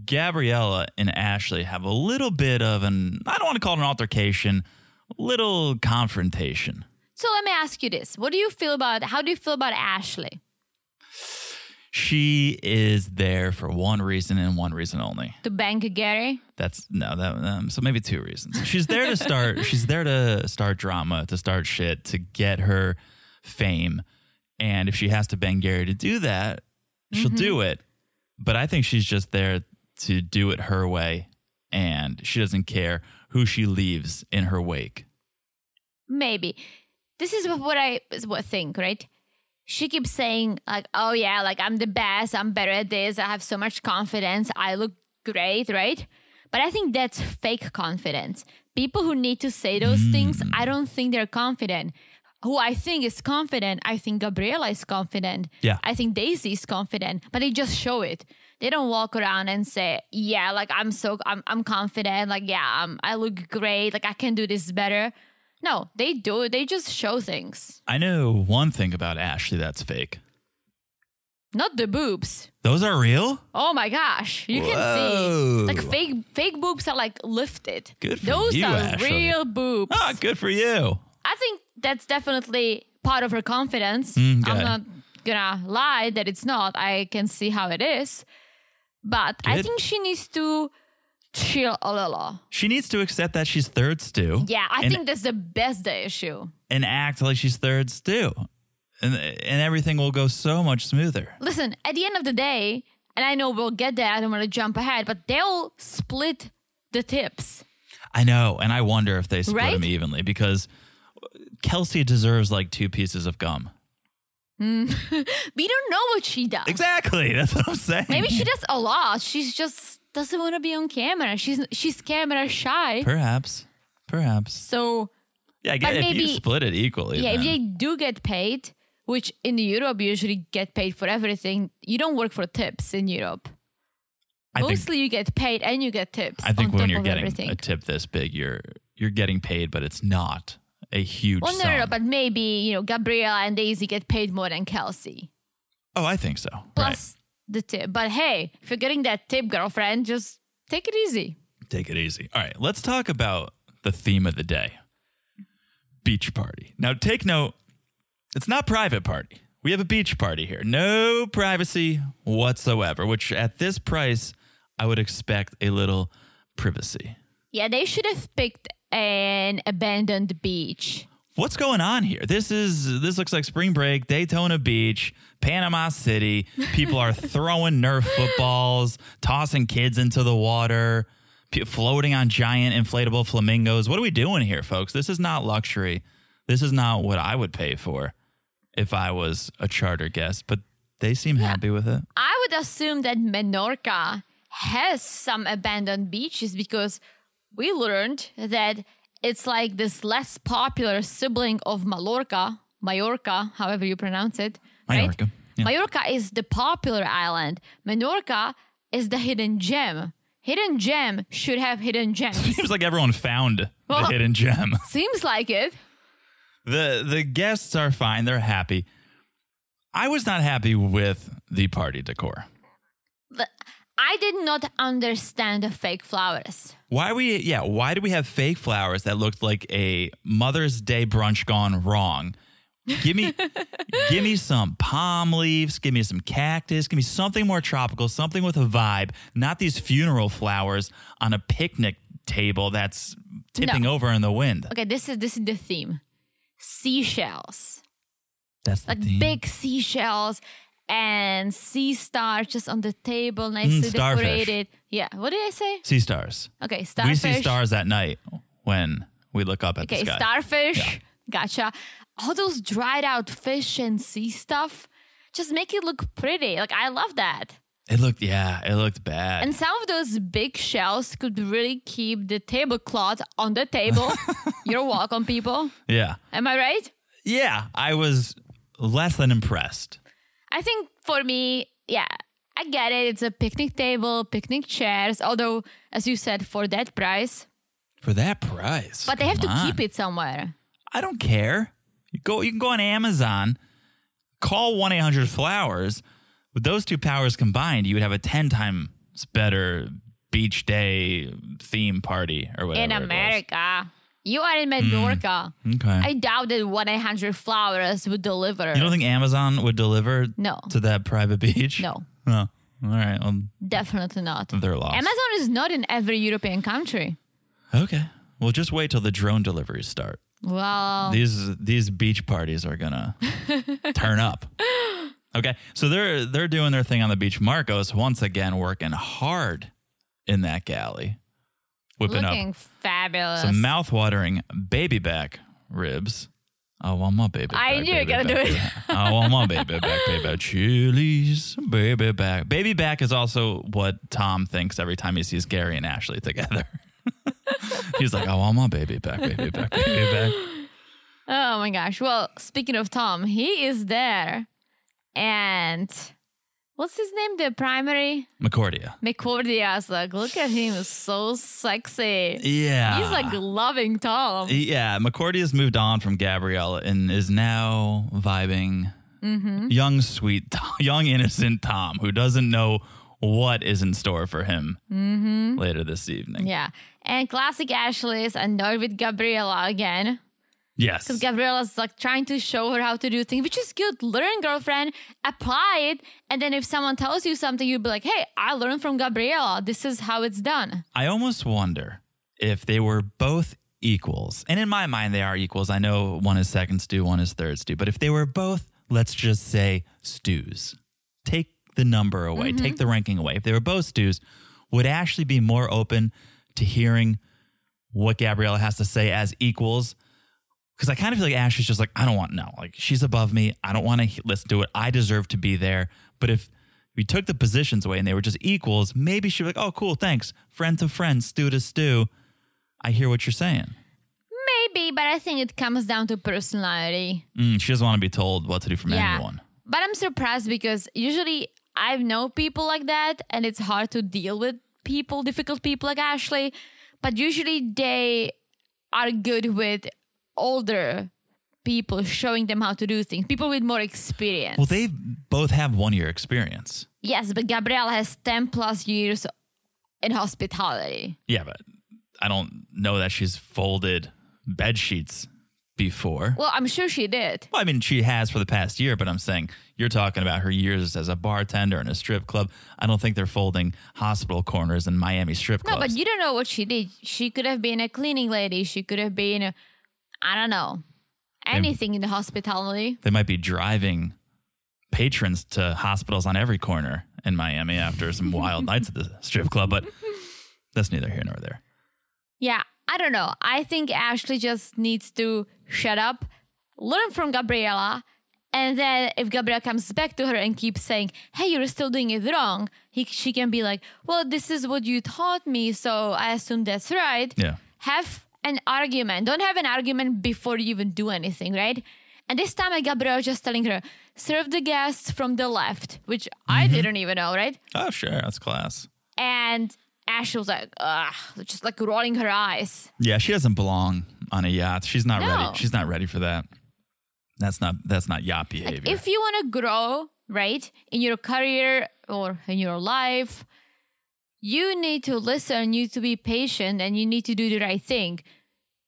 [SPEAKER 4] Gabriella and Ashley have a little bit of an, I don't want to call it an altercation, little confrontation.
[SPEAKER 5] So let me ask you this: What do you feel about? How do you feel about Ashley?
[SPEAKER 4] She is there for one reason and one reason only.
[SPEAKER 5] To bank Gary?
[SPEAKER 4] That's no, that um, so maybe two reasons. She's there to start. *laughs* she's there to start drama, to start shit, to get her fame, and if she has to bang Gary to do that, she'll do it. But I think she's just there to do it her way, and she doesn't care who she leaves in her wake.
[SPEAKER 5] Maybe. This is what I is what I think, right? She keeps saying like, "Oh yeah, like I'm the best. I'm better at this. I have so much confidence. I look great, right?" But I think that's fake confidence. People who need to say those things, I don't think they're confident. Who I think is confident, I think Gabriella is confident.
[SPEAKER 4] Yeah.
[SPEAKER 5] I think Daisy is confident, but they just show it. They don't walk around and say, "Yeah, like I'm so I'm I'm confident. Like yeah, I'm, I look great. Like I can do this better." No, they do. it. They just show things,
[SPEAKER 4] I know one thing about Ashley that's fake.
[SPEAKER 5] not the boobs.
[SPEAKER 4] Those are real.
[SPEAKER 5] Oh my gosh, you
[SPEAKER 4] Whoa.
[SPEAKER 5] can see like fake fake boobs are like lifted.
[SPEAKER 4] Good for
[SPEAKER 5] Those
[SPEAKER 4] you,
[SPEAKER 5] are
[SPEAKER 4] Ashley.
[SPEAKER 5] real boobs.
[SPEAKER 4] Ah, good for you.
[SPEAKER 5] I think that's definitely part of her confidence.
[SPEAKER 4] Mm,
[SPEAKER 5] I'm
[SPEAKER 4] okay.
[SPEAKER 5] not gonna lie that it's not. I can see how it is. But I
[SPEAKER 4] Good.
[SPEAKER 5] think she needs to chill a little.
[SPEAKER 4] She needs to accept that she's third stew.
[SPEAKER 5] Yeah, I
[SPEAKER 4] and
[SPEAKER 5] think that's the best day issue.
[SPEAKER 4] and act like she's third stew. And, and everything will go so much smoother.
[SPEAKER 5] Listen, at the end of the day, and I know we'll get there, I don't want to jump ahead, but they'll split the tips.
[SPEAKER 4] I know. And I wonder if they split
[SPEAKER 5] Right?
[SPEAKER 4] them evenly because Kelsey deserves like two pieces of gum.
[SPEAKER 5] We don't know what she does.
[SPEAKER 4] Exactly. That's what I'm saying.
[SPEAKER 5] Maybe she does a lot. She's just doesn't want to be on camera. She's she's camera shy.
[SPEAKER 4] Perhaps. Perhaps.
[SPEAKER 5] So
[SPEAKER 4] Yeah, I guess if you
[SPEAKER 5] maybe-
[SPEAKER 4] split it equally.
[SPEAKER 5] yeah, if
[SPEAKER 4] then-
[SPEAKER 5] they do get paid, which in Europe you usually get paid for everything, you don't work for tips in Europe.
[SPEAKER 4] I think,
[SPEAKER 5] Mostly you get paid and you get tips.
[SPEAKER 4] I think
[SPEAKER 5] on
[SPEAKER 4] when
[SPEAKER 5] top
[SPEAKER 4] you're
[SPEAKER 5] of
[SPEAKER 4] getting
[SPEAKER 5] everything.
[SPEAKER 4] a tip this big, you're you're getting paid, but it's not a huge
[SPEAKER 5] well, no,
[SPEAKER 4] sum.
[SPEAKER 5] no, no, but maybe you know Gabriella and Daisy get paid more than Kelsey.
[SPEAKER 4] oh, I think so.
[SPEAKER 5] plus the tip. But hey, if you're getting that tip, girlfriend, just take it easy.
[SPEAKER 4] right. Take it easy. All right, let's talk about the theme of the day. beach party. Now, take note, it's not private party. We have a beach party here. No privacy whatsoever, which at this price, I would expect a little privacy.
[SPEAKER 5] Yeah, they should have picked an abandoned beach.
[SPEAKER 4] What's going on here? This is this looks like spring break, Daytona Beach, Panama City. People
[SPEAKER 5] *laughs*
[SPEAKER 4] are throwing Nerf footballs, tossing kids into the water, pe- floating on giant inflatable flamingos. What are we doing here, folks? This is not luxury. This is not what I would pay for if I was a charter guest, but They seem happy with it.
[SPEAKER 5] I would assume that Menorca has some abandoned beaches because we learned that it's like this less popular sibling of Mallorca, Mallorca, however you pronounce it.
[SPEAKER 4] Mallorca,
[SPEAKER 5] Right?
[SPEAKER 4] yeah.
[SPEAKER 5] Mallorca is the popular island. Menorca is the hidden gem. Hidden gem should have hidden
[SPEAKER 4] *laughs*
[SPEAKER 5] gems.
[SPEAKER 4] *laughs* Seems like everyone found the
[SPEAKER 5] Well-
[SPEAKER 4] hidden gem.
[SPEAKER 5] Seems like it.
[SPEAKER 4] the The guests are fine; they're happy. I was not happy with the party decor.
[SPEAKER 5] But I did not understand the fake flowers.
[SPEAKER 4] Why we yeah, why do we have fake flowers that looked like a Mother's Day brunch gone wrong? Give
[SPEAKER 5] *laughs*
[SPEAKER 4] me give me some palm leaves, give me some cactus, give me something more tropical, something with a vibe, not these funeral flowers on a picnic table that's tipping over in the wind.
[SPEAKER 5] Okay, this is this is the theme. Seashells.
[SPEAKER 4] That's the
[SPEAKER 5] like
[SPEAKER 4] theme.
[SPEAKER 5] big seashells and sea star just on the table, nicely
[SPEAKER 4] Mm, starfish.
[SPEAKER 5] decorated. Yeah. What did I say?
[SPEAKER 4] sea stars.
[SPEAKER 5] Okay, starfish.
[SPEAKER 4] We see stars at night when we look up at
[SPEAKER 5] Okay,
[SPEAKER 4] the sky.
[SPEAKER 5] starfish. Gotcha. All those dried out fish and sea stuff. Just make it look pretty. Like I love that.
[SPEAKER 4] it looked yeah, it looked bad.
[SPEAKER 5] And some of those big shells could really keep the tablecloth on
[SPEAKER 4] *laughs*
[SPEAKER 5] the table. You're welcome, people.
[SPEAKER 4] yeah.
[SPEAKER 5] Am I right?
[SPEAKER 4] Yeah, I was less than impressed.
[SPEAKER 5] I think for me, yeah, I get it. It's a picnic table, picnic chairs. Although, as you said, for that price,
[SPEAKER 4] For that price.
[SPEAKER 5] but they have to keep it somewhere.
[SPEAKER 4] I don't care. You go you can go on Amazon, call one eight hundred flowers. With those two powers combined, you would have a ten times better beach day theme party or whatever.
[SPEAKER 5] in
[SPEAKER 4] it was.
[SPEAKER 5] America, you are in Menorca.
[SPEAKER 4] Hmm. Okay.
[SPEAKER 5] I doubt that 1 800 Flowers would deliver.
[SPEAKER 4] you don't think Amazon would deliver
[SPEAKER 5] No.
[SPEAKER 4] to that private beach?
[SPEAKER 5] no,
[SPEAKER 4] Oh, all right. Well,
[SPEAKER 5] definitely not.
[SPEAKER 4] they're lost.
[SPEAKER 5] Amazon is not in every European country.
[SPEAKER 4] Okay. Well, just wait till the drone deliveries start.
[SPEAKER 5] Well,
[SPEAKER 4] these these beach parties are
[SPEAKER 5] *laughs*
[SPEAKER 4] gonna turn up. Okay, so they're they're doing their thing on the beach. Marcos once again working hard in that galley, whipping
[SPEAKER 5] looking
[SPEAKER 4] up
[SPEAKER 5] fabulous.
[SPEAKER 4] some mouth-watering baby back ribs. I want my baby.
[SPEAKER 5] I
[SPEAKER 4] back,
[SPEAKER 5] knew you were
[SPEAKER 4] baby
[SPEAKER 5] gonna
[SPEAKER 4] back,
[SPEAKER 5] do it.
[SPEAKER 4] baby. I want my baby back, baby back. Chilies, baby back. Baby back is also what Tom thinks every time he sees Gary and Ashley together. *laughs* He's like, I want my baby back, baby back, baby
[SPEAKER 5] *laughs*
[SPEAKER 4] back.
[SPEAKER 5] Oh my gosh. Well, speaking of Tom, he is there. And what's his name? The primary?
[SPEAKER 4] McCordia.
[SPEAKER 5] McCordia's like, look at him. He's so sexy.
[SPEAKER 4] Yeah.
[SPEAKER 5] He's like loving Tom.
[SPEAKER 4] yeah, McCordy's moved on from Gabriella and is now vibing
[SPEAKER 5] Mm-hmm.
[SPEAKER 4] young, sweet, *laughs* Tom, young, innocent Tom, who doesn't know what is in store for him later this evening.
[SPEAKER 5] Mm-hmm. Yeah. And classic Ashley is annoyed with Gabriella again.
[SPEAKER 4] Yes.
[SPEAKER 5] Gabriella's like trying to show her how to do things, which is good. Learn, girlfriend, apply it. And then if someone tells you something, you'll be like, hey, I learned from Gabriella. This is how it's done.
[SPEAKER 4] I almost wonder if they were both equals. And in my mind, they are equals. I know one is seconds due, one is thirds due. But if they were both, let's just say stews, take the number away, take the ranking away. If they were both stews, would Ashley be more open to hearing what Gabriella has to say as equals? Because I kind of feel like Ashley's just like, I don't want, no, like she's above me. I don't want to he- listen to it. I deserve to be there. But if we took the positions away and they were just equals, maybe she'd be like, oh, cool, thanks. Friend to friend, stew to stew. I hear what you're saying.
[SPEAKER 5] Maybe, but I think it comes down to personality.
[SPEAKER 4] Mm, she doesn't want to be told what to do from anyone.
[SPEAKER 5] But I'm surprised because usually I know people like that and it's hard to deal with people, difficult people like Ashley. But usually they are good with older people showing them how to do things, people with more experience.
[SPEAKER 4] Well, they both have one year experience.
[SPEAKER 5] yes, but Gabriella has 10 plus years in hospitality.
[SPEAKER 4] Yeah, but I don't know that she's folded bed sheets before.
[SPEAKER 5] Well, I'm sure she did.
[SPEAKER 4] Well, I mean, she has for the past year, but I'm saying you're talking about her years as a bartender in a strip club. I don't think they're folding hospital corners in Miami strip
[SPEAKER 5] No,
[SPEAKER 4] clubs.
[SPEAKER 5] but you don't know what she did. She could have been a cleaning lady. She could have been, a, I don't know, anything in the hospitality.
[SPEAKER 4] they might be driving patrons to hospitals on every corner in Miami after some
[SPEAKER 5] *laughs*
[SPEAKER 4] wild nights at the strip club, but that's neither here nor there.
[SPEAKER 5] Yeah, I don't know. I think Ashley just needs to shut up, learn from Gabriella, And then if Gabriel comes back to her and keeps saying, "Hey, you're still doing it wrong," he she can be like, "Well, this is what you taught me, so I assume that's right."
[SPEAKER 4] Yeah.
[SPEAKER 5] Have an argument. Don't have an argument before you even do anything, right? And this time, Gabriel was just telling her, "Serve the guests from the left," which I didn't even know, right?
[SPEAKER 4] Oh, sure. That's class.
[SPEAKER 5] And Ash was like, "Ugh," just like rolling her eyes.
[SPEAKER 4] Yeah, she doesn't belong on a yacht. She's not
[SPEAKER 5] No.
[SPEAKER 4] ready. She's not ready for that. That's not that's not yacht behavior.
[SPEAKER 5] If you want to grow, right, in your career or in your life, you need to listen, you need to be patient, and you need to do the right thing.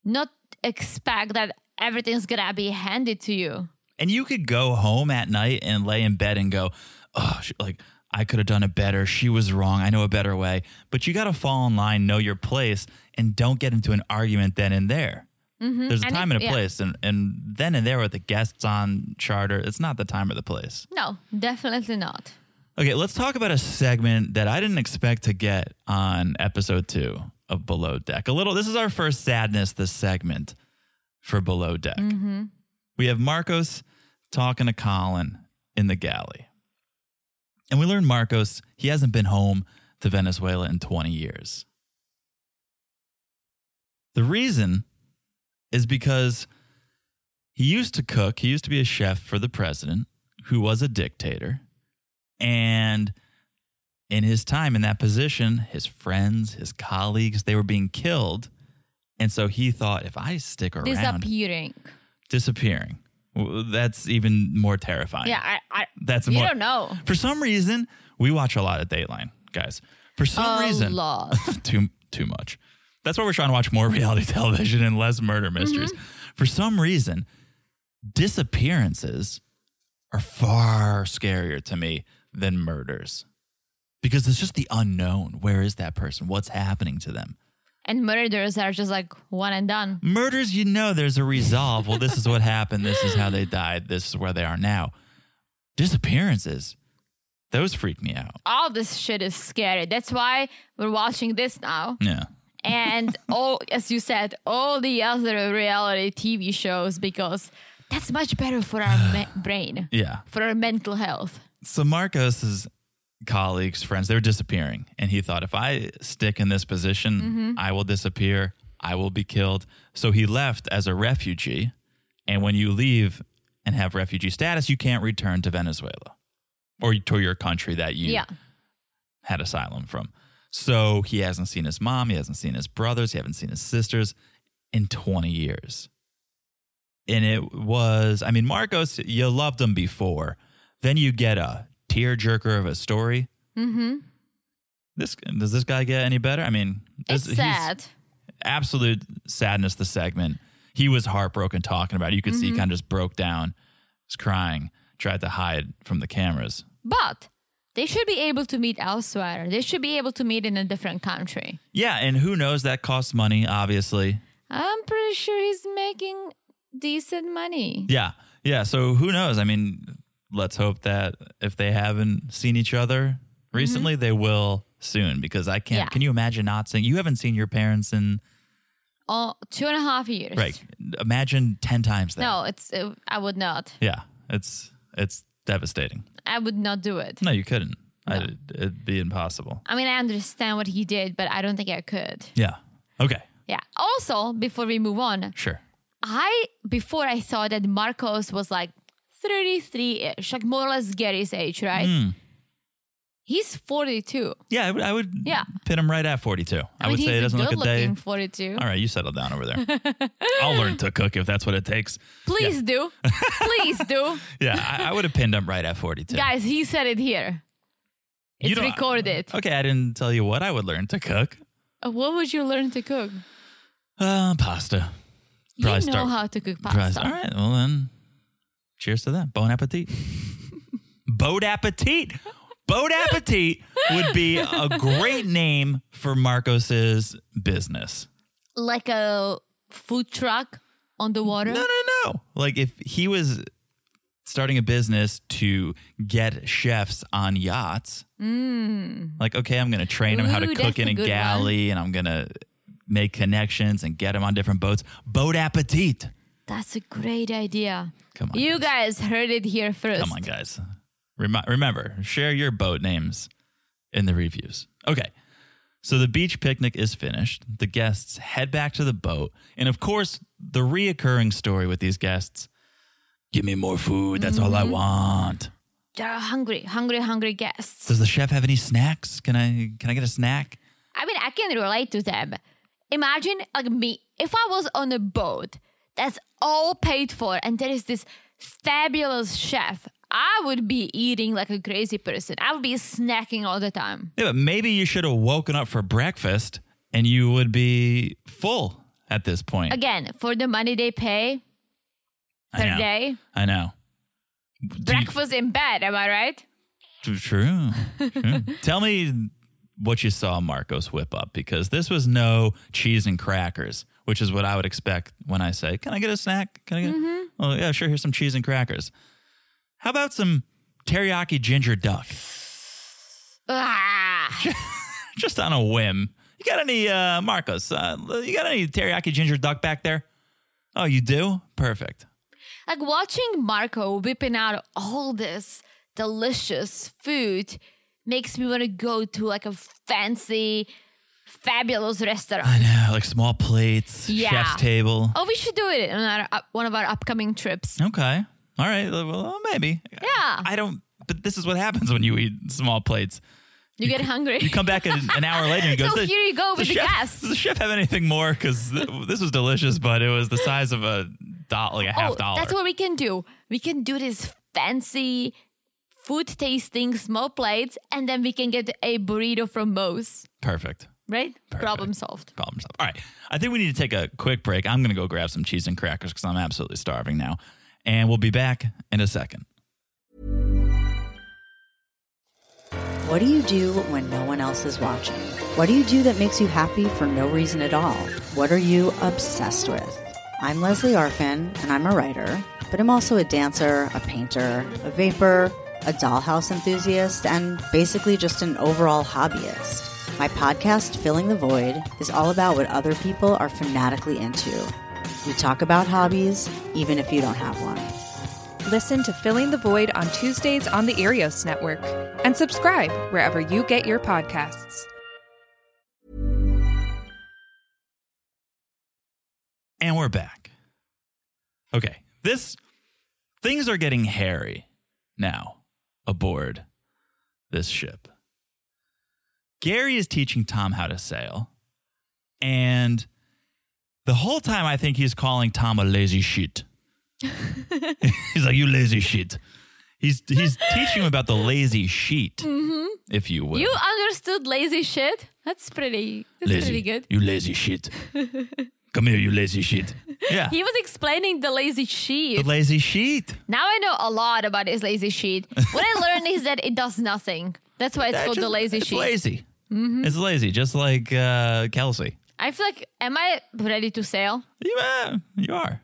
[SPEAKER 5] Not expect that everything's going to be handed to you.
[SPEAKER 4] and you could go home at night and lay in bed and go, oh, she, like I could have done it better. She was wrong. I know a better way. But you got to fall in line, know your place, and don't get into an argument then and there. There's a
[SPEAKER 5] Mm-hmm. And
[SPEAKER 4] time
[SPEAKER 5] if-
[SPEAKER 4] and a
[SPEAKER 5] yeah.
[SPEAKER 4] place, and, and then and there with the guests on charter, it's not the time or the place.
[SPEAKER 5] No, definitely not.
[SPEAKER 4] Okay, let's talk about a segment that I didn't expect to get on episode two of Below Deck. A little, this is our first sadness, this segment for Below Deck.
[SPEAKER 5] Mm-hmm.
[SPEAKER 4] We have Marcos talking to Colin in the galley. And we learn Marcos, he hasn't been home to Venezuela in 20 years. The reason is because he used to cook, he used to be a chef for the president, who was a dictator. And in his time in that position, his friends, his colleagues, they were being killed. And so he thought, if I stick around,
[SPEAKER 5] Disappearing.
[SPEAKER 4] disappearing, w- that's even more terrifying.
[SPEAKER 5] Yeah, I, I,
[SPEAKER 4] That's
[SPEAKER 5] you
[SPEAKER 4] more.
[SPEAKER 5] don't know.
[SPEAKER 4] For some reason, we watch a lot of Dateline, guys. For some
[SPEAKER 5] A
[SPEAKER 4] reason,
[SPEAKER 5] lot.
[SPEAKER 4] *laughs* too too much. That's why we're trying to watch more *laughs* reality television and less murder mysteries.
[SPEAKER 5] Mm-hmm.
[SPEAKER 4] For some reason, disappearances are far scarier to me than murders. Because it's just the unknown. Where is that person? What's happening to them?
[SPEAKER 5] And murders are just like one and done.
[SPEAKER 4] Murders, you know, there's a resolve. Well, this is what happened. This is how they died. This is where they are now. Disappearances, those freak me out.
[SPEAKER 5] All this shit is scary. That's why we're watching this now.
[SPEAKER 4] Yeah.
[SPEAKER 5] and all as you said all the other reality tv shows because that's much better for
[SPEAKER 4] *sighs*
[SPEAKER 5] our me- brain
[SPEAKER 4] Yeah.
[SPEAKER 5] for our mental health
[SPEAKER 4] So Marcos's colleagues, friends, they're disappearing. And he thought, if I stick in this position, I will disappear. I will be killed. So he left as a refugee. And when you leave and have refugee status, you can't return to Venezuela or to your country that you
[SPEAKER 5] yeah
[SPEAKER 4] had asylum from. So he hasn't seen his mom, he hasn't seen his brothers, he hasn't seen his sisters in 20 years. And it was, I mean, Marcos, you loved him before. Then you get a tearjerker of a story.
[SPEAKER 5] mm-hmm
[SPEAKER 4] This does this guy get any better? I mean, this, he's-
[SPEAKER 5] it's sad
[SPEAKER 4] absolute sadness. The segment he was heartbroken talking about. It. You could see he
[SPEAKER 5] Mm-hmm.
[SPEAKER 4] kind of just broke down, was crying, tried to hide from the cameras.
[SPEAKER 5] but they should be able to meet elsewhere they should be able to meet in a different country
[SPEAKER 4] Yeah, and who knows? That costs money, obviously.
[SPEAKER 5] i'm pretty sure he's making decent money
[SPEAKER 4] Yeah. Yeah. So who knows? I mean, let's hope that if they haven't seen each other recently, they will soon because I can't.
[SPEAKER 5] Mm-hmm. Yeah.
[SPEAKER 4] Can you imagine not seeing? You haven't seen your parents in,
[SPEAKER 5] oh two and a half years
[SPEAKER 4] right? Imagine 10 times that.
[SPEAKER 5] no it's uh, i would not
[SPEAKER 4] Yeah. It's, it's devastating.
[SPEAKER 5] i would not do it
[SPEAKER 4] No, you couldn't. I, it'd be impossible.
[SPEAKER 5] i mean i understand what he did but i don't think i could
[SPEAKER 4] Yeah. Okay.
[SPEAKER 5] yeah also before we move on
[SPEAKER 4] Sure.
[SPEAKER 5] I before I thought that Marcos was like 33 ish, like more or less Gary's age, right?
[SPEAKER 4] Hmm.
[SPEAKER 5] He's 42.
[SPEAKER 4] Yeah. I would, I would
[SPEAKER 5] Yeah.
[SPEAKER 4] pin him right at 42. I,
[SPEAKER 5] I mean,
[SPEAKER 4] would
[SPEAKER 5] he's
[SPEAKER 4] say it doesn't
[SPEAKER 5] good
[SPEAKER 4] look a day.
[SPEAKER 5] looking 42.
[SPEAKER 4] All right. You settle down over
[SPEAKER 5] *laughs*
[SPEAKER 4] there. I'll learn to cook if that's what it takes.
[SPEAKER 5] Please
[SPEAKER 4] *laughs*
[SPEAKER 5] do. Please do.
[SPEAKER 4] Yeah. I, I would have pinned him right at 42.
[SPEAKER 5] Guys, he said it here.
[SPEAKER 4] You
[SPEAKER 5] It's
[SPEAKER 4] don't-
[SPEAKER 5] recorded.
[SPEAKER 4] Okay, I didn't tell you what I would learn to cook.
[SPEAKER 5] Uh, What would you learn to cook?
[SPEAKER 4] Uh, pasta.
[SPEAKER 5] You know
[SPEAKER 4] Probably start-
[SPEAKER 5] how to cook
[SPEAKER 4] Dry-
[SPEAKER 5] pasta.
[SPEAKER 4] All right, well then, cheers to that. Bon
[SPEAKER 5] *laughs*
[SPEAKER 4] appetit. Boat appetit. Boat appetit would be a great name for Marcos's business.
[SPEAKER 5] Like a food truck on the water.
[SPEAKER 4] No, no, no. Like if he was starting a business to get chefs on yachts, like okay, I'm going to train them how to
[SPEAKER 5] Mm. Ooh,
[SPEAKER 4] cook
[SPEAKER 5] that's
[SPEAKER 4] in
[SPEAKER 5] a
[SPEAKER 4] a
[SPEAKER 5] good
[SPEAKER 4] galley, and I'm going to make connections and get them on different boats. Boat appetit.
[SPEAKER 5] That's a great idea.
[SPEAKER 4] Come on.
[SPEAKER 5] You
[SPEAKER 4] guys.
[SPEAKER 5] guys heard it here first.
[SPEAKER 4] Come on, guys. Remi- remember, share your boat names in the reviews. Okay. So the beach picnic is finished. The guests head back to the boat. And of course, the reoccurring story with these guests give me more food. That's all I
[SPEAKER 5] Mm-hmm.
[SPEAKER 4] want.
[SPEAKER 5] They're hungry, hungry, hungry guests.
[SPEAKER 4] Does the chef have any snacks? Can I can I get a snack?
[SPEAKER 5] I mean, I can relate to them. Imagine like me, if I was on a boat that's all paid for and there is this fabulous chef, I would be eating like a crazy person. I would be snacking all the time.
[SPEAKER 4] Yeah, but maybe you should have woken up for breakfast and you would be full at this point.
[SPEAKER 5] Again, for the money they pay
[SPEAKER 4] I
[SPEAKER 5] per
[SPEAKER 4] know.
[SPEAKER 5] day,
[SPEAKER 4] I know. Do you-
[SPEAKER 5] breakfast in bed, am I right?
[SPEAKER 4] True. True. Tell me what you saw Marcos whip up because this was no cheese and crackers, which is what I would expect when I say, "Can I get a snack? Can I get?" Oh yeah, sure. Here's some cheese and crackers. How about some teriyaki ginger duck? *laughs*
[SPEAKER 5] Ah,
[SPEAKER 4] Just on a whim. You got any uh, Marcos? Uh, you got any teriyaki ginger duck back there? Oh, you do. Perfect.
[SPEAKER 5] like watching Marco whipping out all this delicious food makes me want to go to like a fancy, fabulous restaurant.
[SPEAKER 4] Yeah, like small plates,
[SPEAKER 5] Yeah.
[SPEAKER 4] chef's table.
[SPEAKER 5] Oh, we should do it on our, up one of our upcoming trips.
[SPEAKER 4] Okay. All right. Well, maybe.
[SPEAKER 5] Yeah.
[SPEAKER 4] I don't. But this is what happens when you eat small plates.
[SPEAKER 5] You, get hungry.
[SPEAKER 4] You come back an, an hour later and you go.
[SPEAKER 5] *laughs* So
[SPEAKER 4] "Does-
[SPEAKER 5] here you go
[SPEAKER 4] does
[SPEAKER 5] with the
[SPEAKER 4] chef,
[SPEAKER 5] guests."
[SPEAKER 4] Does the chef have anything more? Because this was delicious, but it was the size of a dollar, like a half
[SPEAKER 5] oh,
[SPEAKER 4] dollar.
[SPEAKER 5] that's what we can do. We can do this fancy food tasting small plates, and then we can get a burrito from Moe's.
[SPEAKER 4] Perfect.
[SPEAKER 5] Right? Problem solved.
[SPEAKER 4] Problem solved. All right. I think we need to take a quick break. I'm going to go grab some cheese and crackers because I'm absolutely starving now, and we'll be back in a second.
[SPEAKER 6] What do you do when no one else is watching? What do you do that makes you happy for no reason at all? What are you obsessed with? I'm Leslie Arfin, and I'm a writer, but I'm also a dancer, a painter, a vapor, a dollhouse enthusiast, and basically just an overall hobbyist. My podcast, Filling the Void, is all about what other people are fanatically into. We talk about hobbies, even if you don't have one.
[SPEAKER 7] Listen to Filling the Void on Tuesdays on the Erios Network and subscribe wherever you get your podcasts.
[SPEAKER 4] And we're back. Okay. This things are getting hairy now aboard this ship. Gary is teaching Tom how to sail. And the whole time I think he's calling Tom a lazy
[SPEAKER 5] *laughs*
[SPEAKER 4] shit. he's like, You lazy shit. He's he's teaching him about the lazy sheet, if you will.
[SPEAKER 5] Mm-hmm. You understood lazy shit? That's pretty that's pretty good.
[SPEAKER 4] You lazy
[SPEAKER 5] *laughs*
[SPEAKER 4] shit. Come here, you lazy shit. Yeah.
[SPEAKER 5] He was explaining the lazy sheep.
[SPEAKER 4] the lazy sheet.
[SPEAKER 5] now I know a lot about his lazy sheet. What I learned is that it does nothing. That's why it's
[SPEAKER 4] That's
[SPEAKER 5] called the
[SPEAKER 4] just-
[SPEAKER 5] lazy Mm-hmm.
[SPEAKER 4] it's Lazy. It's
[SPEAKER 5] sheet.
[SPEAKER 4] lazy, just like uh, Kelsey.
[SPEAKER 5] I feel like, am I ready to sail?
[SPEAKER 4] You, uh, you are.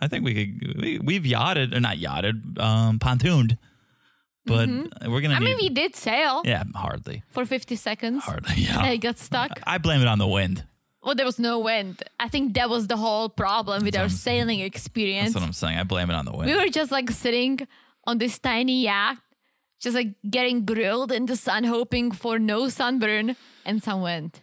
[SPEAKER 4] I think we could. We, we've yachted, or not yachted, um, pontooned, but we're gonna.
[SPEAKER 5] Mm-hmm. I mean,
[SPEAKER 4] need,
[SPEAKER 5] we did sail
[SPEAKER 4] yeah, hardly,
[SPEAKER 5] for 50 seconds.
[SPEAKER 4] hardly. *laughs* Yeah,
[SPEAKER 5] I got stuck.
[SPEAKER 4] I blame it on the wind.
[SPEAKER 5] Well, there was no wind. I think that was the whole problem with our sailing experience.
[SPEAKER 4] That's what I'm saying. I blame it on the wind.
[SPEAKER 5] We were just like sitting on this tiny yacht, just like getting grilled in the sun, hoping for no sunburn and some wind.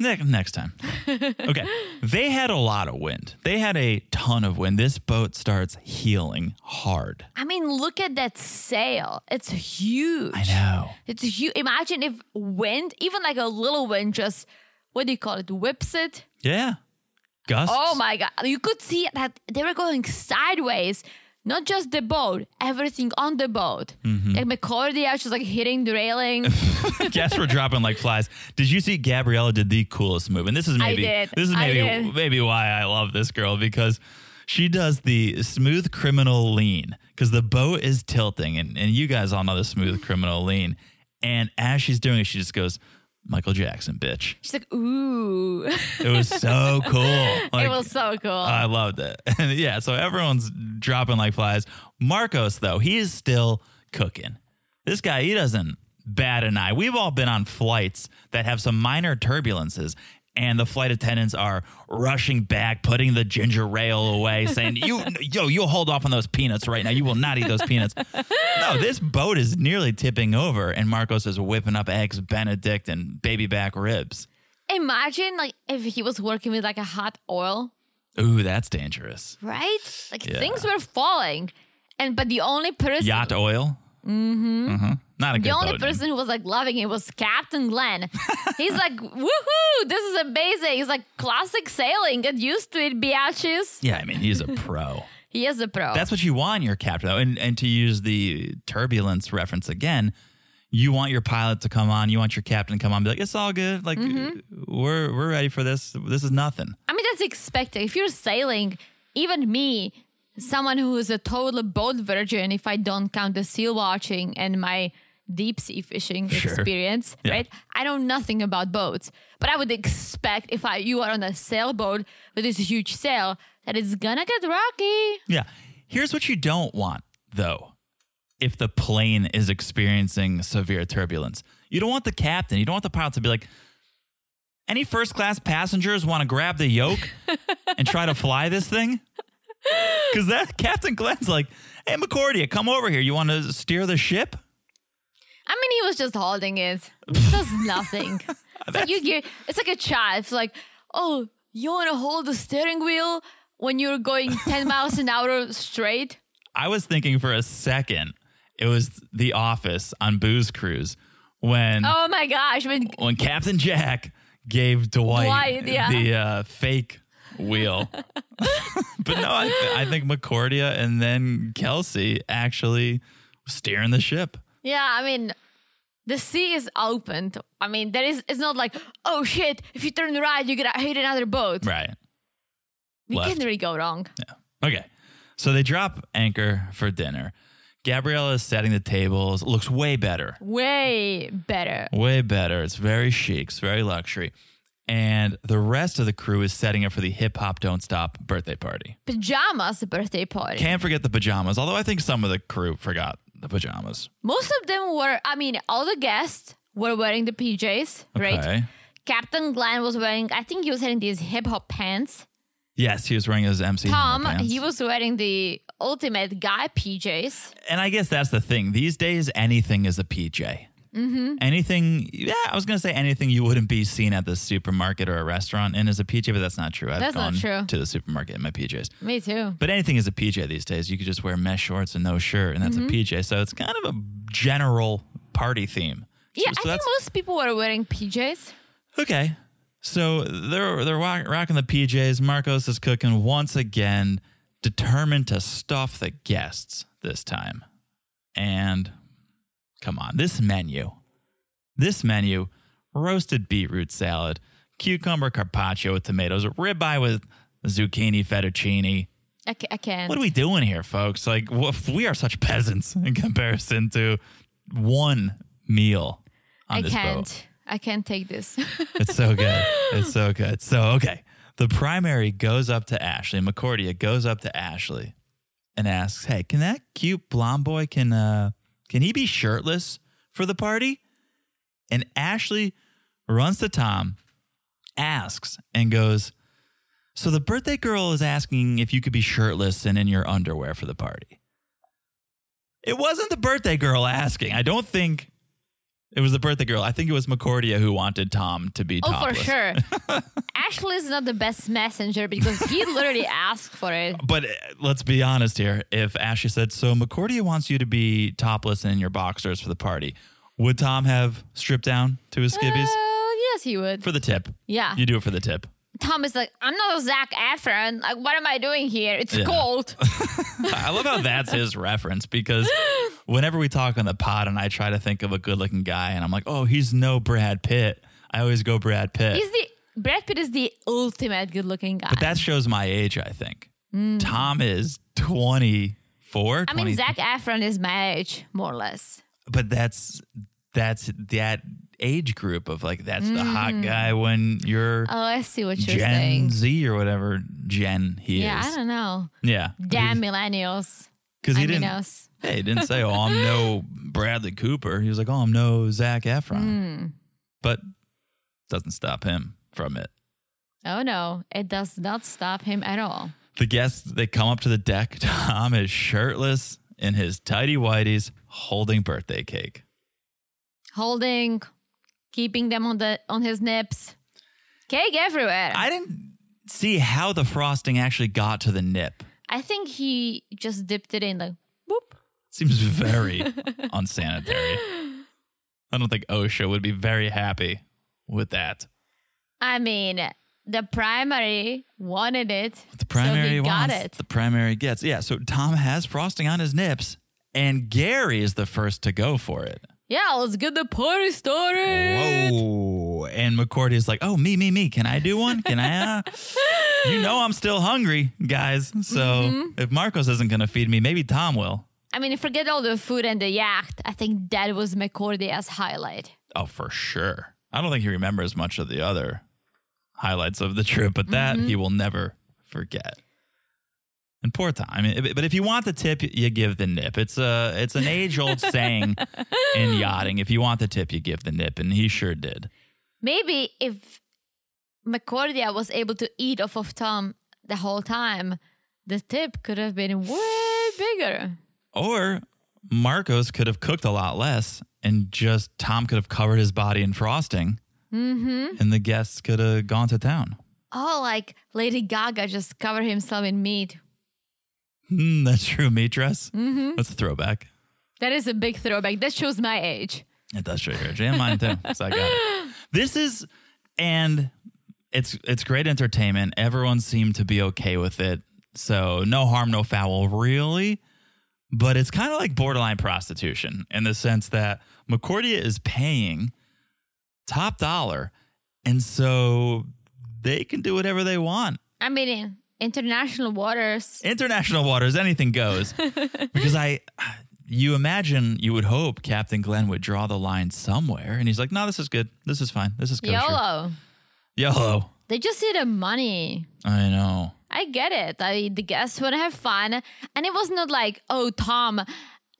[SPEAKER 4] Ne- next time.
[SPEAKER 5] *laughs*
[SPEAKER 4] okay. They had a lot of wind. They had a ton of wind. This boat starts healing hard.
[SPEAKER 5] I mean, look at that sail. It's huge.
[SPEAKER 4] I know.
[SPEAKER 5] It's huge. Imagine if wind, even like a little wind, just what do you call it, whips it.
[SPEAKER 4] Yeah. Gusts.
[SPEAKER 5] Oh my god! You could see that they were going sideways. Not just the boat, everything on the boat.
[SPEAKER 4] Mm-hmm.
[SPEAKER 5] Like McCordia, she's like hitting
[SPEAKER 4] *laughs*
[SPEAKER 5] the railing.
[SPEAKER 4] Guests were dropping like flies. Did you see Gabriella did the coolest move? And this is
[SPEAKER 5] I
[SPEAKER 4] maybe
[SPEAKER 5] did.
[SPEAKER 4] this is
[SPEAKER 5] I
[SPEAKER 4] maybe
[SPEAKER 5] did.
[SPEAKER 4] maybe why I love this girl because she does the smooth criminal lean because the boat is tilting and, and you guys all know the smooth criminal lean. And as she's doing it, she just goes, Michael Jackson, bitch.
[SPEAKER 5] she's like, ooh. *laughs*
[SPEAKER 4] It was so cool.
[SPEAKER 5] it
[SPEAKER 4] Like, uh,
[SPEAKER 5] was so cool.
[SPEAKER 4] I loved it. *laughs* And yeah, so everyone's dropping like flies. Marcos, though, he is still cooking. This guy, he doesn't bat an eye. We've all been on flights that have some minor turbulences, and the flight attendants are rushing back, putting the ginger ale away, saying, "You, yo, you'll hold off on those peanuts right now. You will not eat those peanuts." No, this boat is nearly tipping over, and Marcos is whipping up eggs Benedict and baby back ribs.
[SPEAKER 5] Imagine like if he was working with like a hot oil,
[SPEAKER 4] Ooh, that's dangerous.
[SPEAKER 5] right? Like
[SPEAKER 4] Yeah.
[SPEAKER 5] things were falling, and but the only person,
[SPEAKER 4] Yacht oil. Mm-hmm. Not a good
[SPEAKER 5] the only
[SPEAKER 4] boat name.
[SPEAKER 5] person who was like loving it was Captain
[SPEAKER 4] *laughs*
[SPEAKER 5] Glenn. He's like, woohoo! This is amazing. He's like classic sailing. Get used to it, biatches.
[SPEAKER 4] Yeah, I mean he's a
[SPEAKER 5] *laughs*
[SPEAKER 4] pro.
[SPEAKER 5] He is a pro.
[SPEAKER 4] That's what you want in your captain, though. And and to use the turbulence reference again, you want your pilot to come on, you want your captain to come on, and be like, it's all good. Like
[SPEAKER 5] Mm-hmm.
[SPEAKER 4] we're we're ready for this. This is nothing.
[SPEAKER 5] I mean, that's expected. If you're sailing, even me, someone who is a total boat virgin, if I don't count the seal watching and my deep sea fishing
[SPEAKER 4] Sure.
[SPEAKER 5] experience,
[SPEAKER 4] Yeah.
[SPEAKER 5] right? I know nothing about boats, but I would expect if I you are on a sailboat with this huge sail that it's gonna get rocky.
[SPEAKER 4] Yeah. Here's what you don't want, though. If the plane is experiencing severe turbulence, you don't want the captain, you don't want the pilot to be like, any first class passengers want to grab the yoke and try to fly this thing? Because that Captain Glenn's like, hey, McCordia, come over here. You want to steer the ship?
[SPEAKER 5] I mean, he was just holding it.
[SPEAKER 4] *laughs*
[SPEAKER 5] He does nothing. it's, like you get, it's like a child. It's like, oh, you want to hold the steering wheel when you're going
[SPEAKER 4] *laughs*
[SPEAKER 5] 10 miles an hour straight?
[SPEAKER 4] I was thinking for a second it was The Office on Booze Cruise when
[SPEAKER 5] Oh my gosh. When,
[SPEAKER 4] when Captain Jack gave Dwight,
[SPEAKER 5] Dwight, yeah.
[SPEAKER 4] the uh, fake wheel. *laughs* but no, I, th- I think McCordia and then Kelsey actually steering the ship.
[SPEAKER 5] yeah, I mean, the sea is opened. I mean, there is, it's not like, oh shit, if you turn right, you're going to hit another boat.
[SPEAKER 4] Right.
[SPEAKER 5] You
[SPEAKER 4] left.
[SPEAKER 5] can really go wrong.
[SPEAKER 4] Okay. So they drop anchor for dinner. Gabriella is setting the tables, looks way better.
[SPEAKER 5] Way better.
[SPEAKER 4] Way better. It's very chic, it's very luxury. And the rest of the crew is setting up for the hip hop don't stop birthday party.
[SPEAKER 5] Pajamas birthday party.
[SPEAKER 4] Can't forget the pajamas, although I think some of the crew forgot the pajamas.
[SPEAKER 5] Most of them were, I mean, all the guests were wearing the PJs, right?
[SPEAKER 4] Okay.
[SPEAKER 5] Captain Glenn was wearing, I think he was wearing these hip hop pants.
[SPEAKER 4] Yes, he was wearing his MC.
[SPEAKER 5] Tom,
[SPEAKER 4] Hammer pants.
[SPEAKER 5] he was wearing the ultimate guy PJs.
[SPEAKER 4] and I guess that's the thing. These days, anything is a PJ.
[SPEAKER 5] Mm-hmm.
[SPEAKER 4] Anything, yeah, I was gonna say anything you wouldn't be seen at the supermarket or a restaurant in is a PJ, but that's not true. I've
[SPEAKER 5] That's
[SPEAKER 4] gone
[SPEAKER 5] not true.
[SPEAKER 4] to the supermarket in my PJs.
[SPEAKER 5] Me too.
[SPEAKER 4] But anything is a PJ these days. You could just wear mesh shorts and no shirt, and that's
[SPEAKER 5] Mm-hmm.
[SPEAKER 4] a PJ. So it's kind of a general party theme.
[SPEAKER 5] Yeah,
[SPEAKER 4] so
[SPEAKER 5] I think
[SPEAKER 4] that's-
[SPEAKER 5] most people were wearing PJs.
[SPEAKER 4] Okay. So they're they're rock, rocking the PJs. Marcos is cooking once again, determined to stuff the guests this time. And come on, this menu. This menu, roasted beetroot salad, cucumber carpaccio with tomatoes, ribeye with zucchini fettuccine.
[SPEAKER 5] I, ca- I can.
[SPEAKER 4] What are we doing here, folks? Like woof, we are such peasants in comparison to one meal on
[SPEAKER 5] I
[SPEAKER 4] this
[SPEAKER 5] can't.
[SPEAKER 4] boat.
[SPEAKER 5] I can't take this.
[SPEAKER 4] It's so good. It's so good. So, okay. The primary goes up to Ashley. McCordia goes up to Ashley and asks, Hey, can that cute blonde boy can uh can he be shirtless for the party? And Ashley runs to Tom, asks, and goes, So the birthday girl is asking if you could be shirtless and in your underwear for the party. It wasn't the birthday girl asking. I don't think it was the birthday girl. I think it was McCordia who wanted Tom to be
[SPEAKER 5] *laughs* oh, for
[SPEAKER 4] topless.
[SPEAKER 5] sure.
[SPEAKER 4] *laughs*
[SPEAKER 5] Ashley is not the best messenger because he literally asked for it.
[SPEAKER 4] But uh, let's be honest here. If Ashley said, So McCordia wants you to be topless and in your boxers for the party, would Tom have stripped down to his skivvies?
[SPEAKER 5] Well, yes, he would.
[SPEAKER 4] for the tip.
[SPEAKER 5] Uh, yeah.
[SPEAKER 4] You do it for the tip.
[SPEAKER 5] Tom is like, I'm not a Zac Efron. Like, what am I doing here? It's
[SPEAKER 4] Yeah. *laughs*
[SPEAKER 5] cold.
[SPEAKER 4] I love how that's
[SPEAKER 5] *laughs*
[SPEAKER 4] his reference because whenever we talk on the pod and I try to think of a good looking guy and I'm like, oh, he's no Brad Pitt, I always go Brad Pitt.
[SPEAKER 5] He's the Brad Pitt is the ultimate good-looking guy.
[SPEAKER 4] but that shows my age, I think. Tom is 24.
[SPEAKER 5] Mm. I mean, Zac Efron is my age, more or less.
[SPEAKER 4] But that's that's that age group of like, that's the hot guy when you're
[SPEAKER 5] Mm. Oh, I see what you're
[SPEAKER 4] Gen
[SPEAKER 5] saying.
[SPEAKER 4] Z or whatever Gen he
[SPEAKER 5] Yeah, I
[SPEAKER 4] is.
[SPEAKER 5] don't know.
[SPEAKER 4] Yeah.
[SPEAKER 5] Damn millennials.
[SPEAKER 4] Because he
[SPEAKER 5] I mean
[SPEAKER 4] didn't.
[SPEAKER 5] us.
[SPEAKER 4] *laughs* Hey, he didn't say, "Oh, I'm no
[SPEAKER 5] *laughs*
[SPEAKER 4] Bradley Cooper." He was
[SPEAKER 5] Hmm.
[SPEAKER 4] like, "Oh, I'm no Zach Efron," but doesn't stop him from it.
[SPEAKER 5] Oh no, it does not stop him at all.
[SPEAKER 4] The guests they come up to the deck. *laughs* Tom is shirtless in his tidy whities, holding birthday cake.
[SPEAKER 5] Holding, keeping them on the on his nips. Cake everywhere. I,
[SPEAKER 4] I didn't see how the frosting actually got to the nip.
[SPEAKER 5] think he just dipped it in like boop. *laughs*
[SPEAKER 4] Seems very unsanitary. I don't think OSHA would be very happy with that.
[SPEAKER 5] I mean, the primary wanted it.
[SPEAKER 4] The primary
[SPEAKER 5] so he got
[SPEAKER 4] wants,
[SPEAKER 5] it.
[SPEAKER 4] the primary gets. Yeah, so Tom has frosting on his nips, and Gary is the first to go for it.
[SPEAKER 5] yeah, let's get the party started.
[SPEAKER 4] Whoa. And McCordy's like, oh, me, me, me. Can I do one? Can
[SPEAKER 5] *laughs*
[SPEAKER 4] I? Uh? you know, I'm still hungry, guys. So
[SPEAKER 5] Mm-hmm.
[SPEAKER 4] if Marcos isn't going to feed me, maybe Tom will.
[SPEAKER 5] I mean, forget all the food and the yacht. I think that was McCordy's highlight.
[SPEAKER 4] Oh, for sure. I don't think he remembers much of the other highlights of the trip, but that he will never forget. And poor Tom. I mean, but if you want the tip, you give the nip. It's a it's an age old saying in yachting. If you want the tip, you give the nip, and he sure did.
[SPEAKER 5] Maybe if McCordia was able to eat off of Tom the whole time, the tip could have been way bigger.
[SPEAKER 4] Or Marcos could have cooked a lot less and just Tom could have covered his body in frosting. Mm-hmm. And the guests could have gone to town.
[SPEAKER 5] Oh, like Lady Gaga just covered himself in meat.
[SPEAKER 4] Hmm, that's true, Mitras. That's a throwback.
[SPEAKER 5] That is a big throwback. That shows my age.
[SPEAKER 4] It does trigger it. And mine too. So I got it. This is and it's it's great entertainment. Everyone seemed to be okay with it. So no harm, no foul, really. But it's kind of like borderline prostitution in the sense that McCordia is paying top dollar. And so they can do whatever they want.
[SPEAKER 5] I mean, in international waters.
[SPEAKER 4] International waters, anything goes.
[SPEAKER 5] *laughs*
[SPEAKER 4] because I, you imagine, you would hope Captain Glenn would draw the line somewhere. And he's like, no, this is good. This is fine. This is kosher.
[SPEAKER 5] YOLO.
[SPEAKER 4] YOLO.
[SPEAKER 5] They just see the money.
[SPEAKER 4] I know.
[SPEAKER 5] I get it. I, the guests want to have fun. And it was not like, oh, Tom,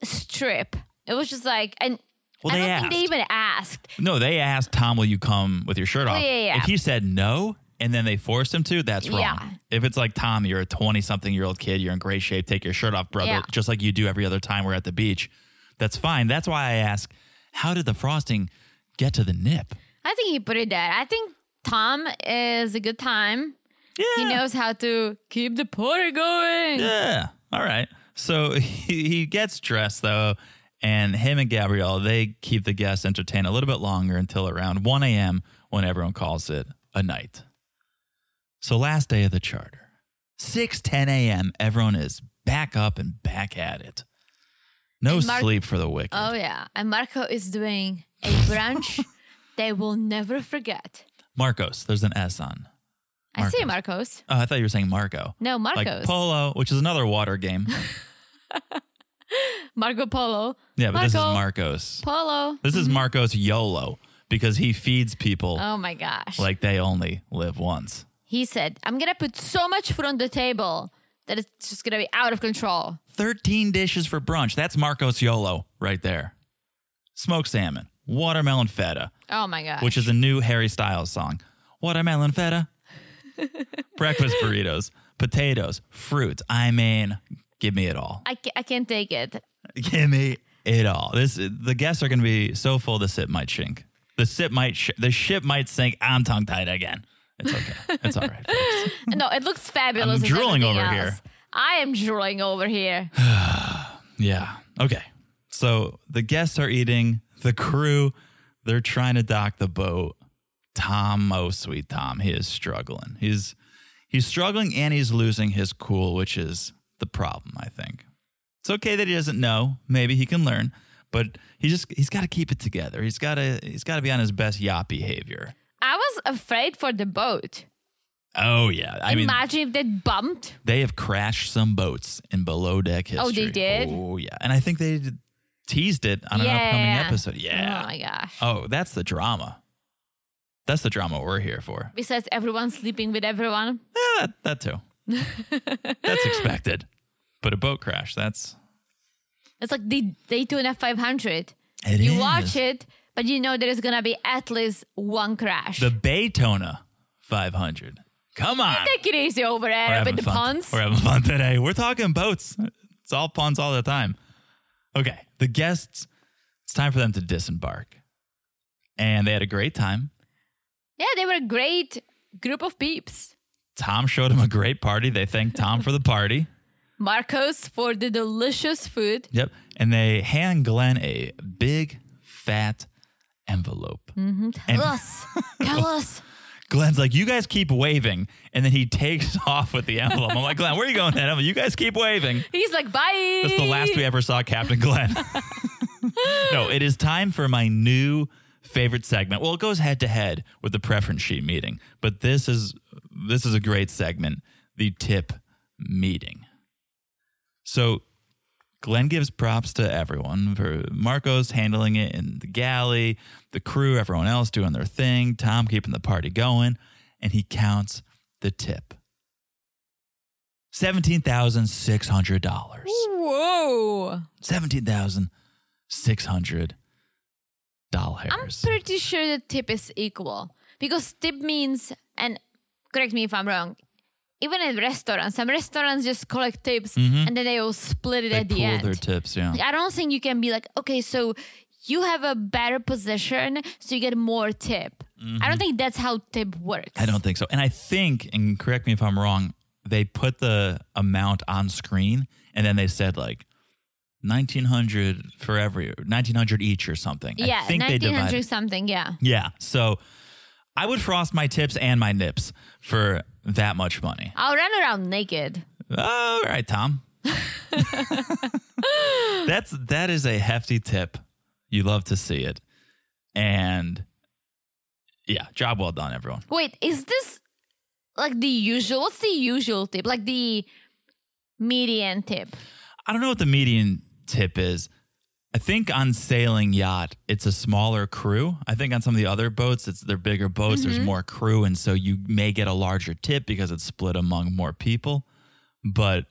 [SPEAKER 5] strip. It was just like, and
[SPEAKER 4] Well,
[SPEAKER 5] I
[SPEAKER 4] they
[SPEAKER 5] don't
[SPEAKER 4] asked.
[SPEAKER 5] think they even asked.
[SPEAKER 4] no, they asked Tom, will you come with your shirt off?
[SPEAKER 5] Oh, yeah, yeah.
[SPEAKER 4] If he said no and then they forced him to, that's wrong.
[SPEAKER 5] Yeah.
[SPEAKER 4] If it's like, Tom, you're a 20 something year old kid, you're in great shape, take your shirt off, brother,
[SPEAKER 5] Yeah.
[SPEAKER 4] just like you do every other time we're at the beach, that's fine. That's why I ask, how did the frosting get to the nip?
[SPEAKER 5] I think he put it there. I think Tom is a good time.
[SPEAKER 4] Yeah.
[SPEAKER 5] He knows how to keep the party going.
[SPEAKER 4] Yeah. All right. So *laughs* he, he gets dressed though, and him and Gabrielle they keep the guests entertained a little bit longer until around 1 a.m. when everyone calls it a night. So last day of the charter, 6 10 a.m. Everyone is back up and back at it. No
[SPEAKER 5] And Mark-
[SPEAKER 4] sleep for the wicked.
[SPEAKER 5] Oh yeah, and Marco is doing
[SPEAKER 4] *laughs*
[SPEAKER 5] a brunch they will never forget.
[SPEAKER 4] Marcos, there's an S on.
[SPEAKER 5] I see Marcos.
[SPEAKER 4] Oh, I thought you were saying Marco.
[SPEAKER 5] No,
[SPEAKER 4] Like
[SPEAKER 5] Marcos.
[SPEAKER 4] polo, which is another water game. *laughs*
[SPEAKER 5] Marco Polo.
[SPEAKER 4] Yeah, but this is
[SPEAKER 5] Marco
[SPEAKER 4] Marcos.
[SPEAKER 5] Polo.
[SPEAKER 4] This is Marcos YOLO because he feeds people
[SPEAKER 5] Oh my gosh.
[SPEAKER 4] like they only live once.
[SPEAKER 5] he said, "I'm gonna put so much food on the table that it's just gonna be out of control."
[SPEAKER 4] 13 dishes for brunch. That's Marcos YOLO right there. Smoked salmon, watermelon feta,
[SPEAKER 5] Oh my gosh.
[SPEAKER 4] which is a new Harry Styles song. Watermelon feta, breakfast burritos, potatoes, fruit. I mean, give me it all.
[SPEAKER 5] I ca- I can't take it.
[SPEAKER 4] Give me it all. This the guests are going to be so full the sip might shink. The sip might sh- the ship might sink. I'm tongue tied again. It's okay. It's all right. folks.
[SPEAKER 5] No, it looks fabulous.
[SPEAKER 4] I'm
[SPEAKER 5] as
[SPEAKER 4] drooling
[SPEAKER 5] everything
[SPEAKER 4] over here.
[SPEAKER 5] else. I am drooling
[SPEAKER 4] *laughs*
[SPEAKER 5] over here.
[SPEAKER 4] Yeah. Okay. So the guests are eating, the crew, they're trying to dock the boat. Tom, oh sweet Tom, he is struggling. He's he's struggling and he's losing his cool, which is the problem, I think. It's okay that he doesn't know. Maybe he can learn, but he just he's gotta keep it together. He's gotta he's gotta be on his best yacht behavior.
[SPEAKER 5] I was afraid for the boat.
[SPEAKER 4] Oh yeah. I mean
[SPEAKER 5] Imagine if that bumped.
[SPEAKER 4] they have crashed some boats in below deck history.
[SPEAKER 5] Oh, they did?
[SPEAKER 4] Oh yeah. And I think they teased it on an upcoming
[SPEAKER 5] Yeah.
[SPEAKER 4] episode. Yeah.
[SPEAKER 5] Oh my gosh.
[SPEAKER 4] Oh, that's the drama. That's the drama we're here for.
[SPEAKER 5] Besides everyone sleeping with everyone.
[SPEAKER 4] Yeah, that, that
[SPEAKER 5] *laughs*
[SPEAKER 4] too. that's expected. But a boat crash, that's
[SPEAKER 5] It's like they they do in a 500.
[SPEAKER 4] It
[SPEAKER 5] you
[SPEAKER 4] is.
[SPEAKER 5] watch it, but you know there is gonna be at least one crash.
[SPEAKER 4] the Baytona 500. Come on.
[SPEAKER 5] *laughs* Take it easy over there with the
[SPEAKER 4] fun.
[SPEAKER 5] puns.
[SPEAKER 4] We're having fun today. We're talking boats. It's all puns all the time. Okay, the guests. It's time for them to disembark, and they had a great time.
[SPEAKER 5] Yeah, they were a great group of peeps.
[SPEAKER 4] Tom showed them a great party. They thanked Tom for the party.
[SPEAKER 5] Marcos for the delicious food.
[SPEAKER 4] Yep, and they hand Glenn a big fat envelope.
[SPEAKER 5] Mm-hmm.
[SPEAKER 4] *laughs*
[SPEAKER 5] Tell us. Tell us.
[SPEAKER 4] Glenn's like, "You guys keep waving," and then he *laughs* takes off with the envelope. I'm like, "Glenn, where are you going with that envelope? You guys keep waving."
[SPEAKER 5] He's like, bye.
[SPEAKER 4] That's the last we ever saw Captain Glenn. no, it is time for my new favorite segment. Well, it goes head to head with the preference sheet meeting, but this is this is a great segment, the tip meeting. So Glenn gives props to everyone for Marcos handling it in the galley, the crew, everyone else doing their thing, Tom keeping the party going, and he counts the tip. Seventeen thousand six hundred dollars.
[SPEAKER 5] Whoa.
[SPEAKER 4] Seventeen thousand six hundred
[SPEAKER 5] I'm
[SPEAKER 4] dollars.
[SPEAKER 5] pretty sure the tip is equal because tip means, and correct me if I'm wrong, even at restaurants, some restaurants just collect tips and then they all split it
[SPEAKER 4] Mm-hmm. They
[SPEAKER 5] at the
[SPEAKER 4] pool
[SPEAKER 5] end.
[SPEAKER 4] their tips, yeah.
[SPEAKER 5] Like, I don't think you can be like, okay, so you have a better position, so you get more tip. I don't think that's how tip works.
[SPEAKER 4] Mm-hmm. I don't think so. And I think, and correct me if I'm wrong, they put the amount on screen and then they said like nineteen hundred for every nineteen hundred each or something.
[SPEAKER 5] Yeah,
[SPEAKER 4] I think they
[SPEAKER 5] nineteen
[SPEAKER 4] divided.
[SPEAKER 5] hundred something. Yeah,
[SPEAKER 4] Yeah. So I would frost my tips and my nips for that much money.
[SPEAKER 5] I'll run around naked.
[SPEAKER 4] All right, Tom. That's that is a hefty tip. You love to see it. And yeah, job well done, everyone.
[SPEAKER 5] Wait, is this like the usual? What's the usual tip? Like the median tip?
[SPEAKER 4] I don't know what the median tip is. I think on sailing yacht, it's a smaller crew. I think on some of the other boats, it's they're bigger boats. There's more crew, and so you may get a larger tip because it's split among more people. But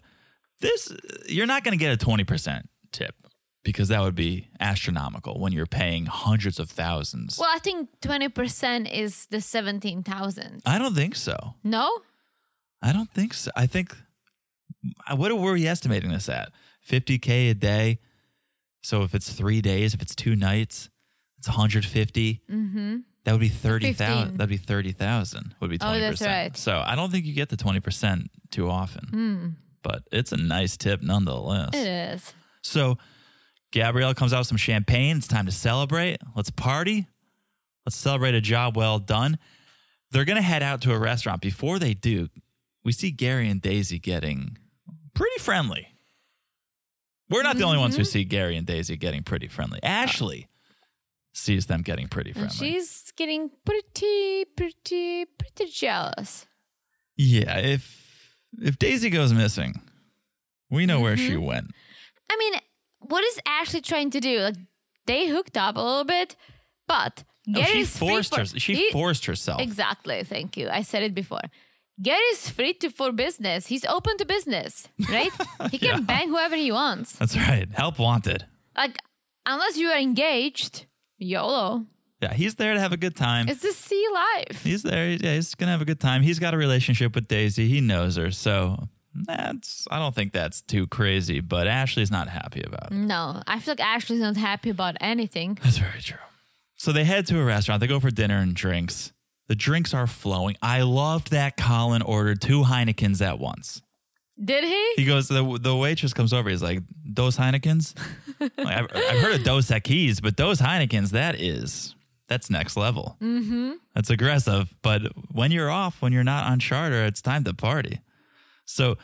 [SPEAKER 4] this, you're not going to get a twenty percent tip because that would be astronomical when you're paying hundreds of thousands.
[SPEAKER 5] Well, I think twenty percent is the seventeen thousand.
[SPEAKER 4] I don't think so.
[SPEAKER 5] No,
[SPEAKER 4] I don't think so. I think I- what were we estimating this at? 50k a day. So if it's three days, if it's two nights, it's 150. Mm-hmm. That would be 30,000.
[SPEAKER 5] 15.
[SPEAKER 4] That'd be 30,000. Would be 20%.
[SPEAKER 5] Oh, that's right. Hmm.
[SPEAKER 4] So I don't think you get the 20% too often. But it's a nice tip nonetheless.
[SPEAKER 5] it is.
[SPEAKER 4] So Gabrielle comes out with some champagne. It's time to celebrate. Let's party. Let's celebrate a job well done. They're going to head out to a restaurant. Before they do, we see Gary and Daisy getting pretty friendly. We're not the only ones
[SPEAKER 5] Mm-hmm.
[SPEAKER 4] who see Gary and Daisy getting pretty friendly. Ashley sees them getting pretty
[SPEAKER 5] And
[SPEAKER 4] friendly.
[SPEAKER 5] she's getting pretty, pretty, pretty jealous.
[SPEAKER 4] yeah, if if Daisy goes missing, we know where
[SPEAKER 5] Mm-hmm.
[SPEAKER 4] she went.
[SPEAKER 5] I mean, what is Ashley trying to do? Like, they hooked up a little bit, but
[SPEAKER 4] No,
[SPEAKER 5] Gary's
[SPEAKER 4] she
[SPEAKER 5] free
[SPEAKER 4] forced
[SPEAKER 5] for-
[SPEAKER 4] her, she
[SPEAKER 5] he-
[SPEAKER 4] forced herself.
[SPEAKER 5] Exactly. Thank you. I said it before. Gary's free to for business. He's open to business,
[SPEAKER 4] *laughs*
[SPEAKER 5] right? he can bang whoever he wants.
[SPEAKER 4] That's right. Help wanted.
[SPEAKER 5] Like, unless you are engaged, YOLO.
[SPEAKER 4] Yeah, he's there to have a good time.
[SPEAKER 5] It's the sea life.
[SPEAKER 4] he's there. Mm. Yeah, he's gonna have a good time. He's got a relationship with Daisy. He knows her, so that's. I don't think that's too crazy. But Ashley's not happy about it.
[SPEAKER 5] No, I feel like Ashley's not happy about anything.
[SPEAKER 4] That's very true. So they head to a restaurant. They go for dinner and drinks. The drinks are flowing. I loved that Colin ordered two Heinekens at once.
[SPEAKER 5] Did he?
[SPEAKER 4] He goes. The, the waitress comes over. He's like, "Those Heinekens." like, I've, I've heard of Dos Equis, but those Heinekens. That is. That's next level. Mm-hmm. That's aggressive. But when you're off, when you're not on charter, it's time to party. So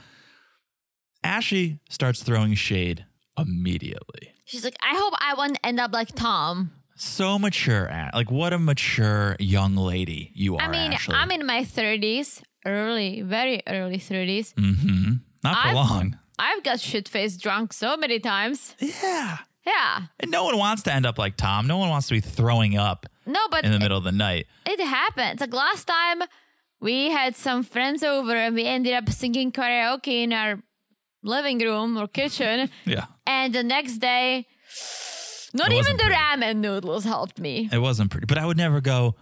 [SPEAKER 4] Ashy starts throwing shade immediately.
[SPEAKER 5] She's like, I hope I won't end up like Tom.
[SPEAKER 4] So mature, A- like what a mature young lady you are.
[SPEAKER 5] I mean,
[SPEAKER 4] Ashley.
[SPEAKER 5] I'm in my 30s, early, very early 30s.
[SPEAKER 4] mm-hmm. not for
[SPEAKER 5] I've-
[SPEAKER 4] long.
[SPEAKER 5] I've got shit faced drunk so many times.
[SPEAKER 4] Yeah,
[SPEAKER 5] Yeah.
[SPEAKER 4] and no one wants to end up like Tom. No one wants to be throwing up
[SPEAKER 5] No, but
[SPEAKER 4] in the middle of the night.
[SPEAKER 5] It happens. Like last time, we had some friends over and we ended up singing karaoke in our living room or kitchen.
[SPEAKER 4] Yeah.
[SPEAKER 5] and the next day, not
[SPEAKER 4] It
[SPEAKER 5] even
[SPEAKER 4] wasn't
[SPEAKER 5] the
[SPEAKER 4] pretty.
[SPEAKER 5] ramen noodles helped me.
[SPEAKER 4] It wasn't pretty, but I would never go.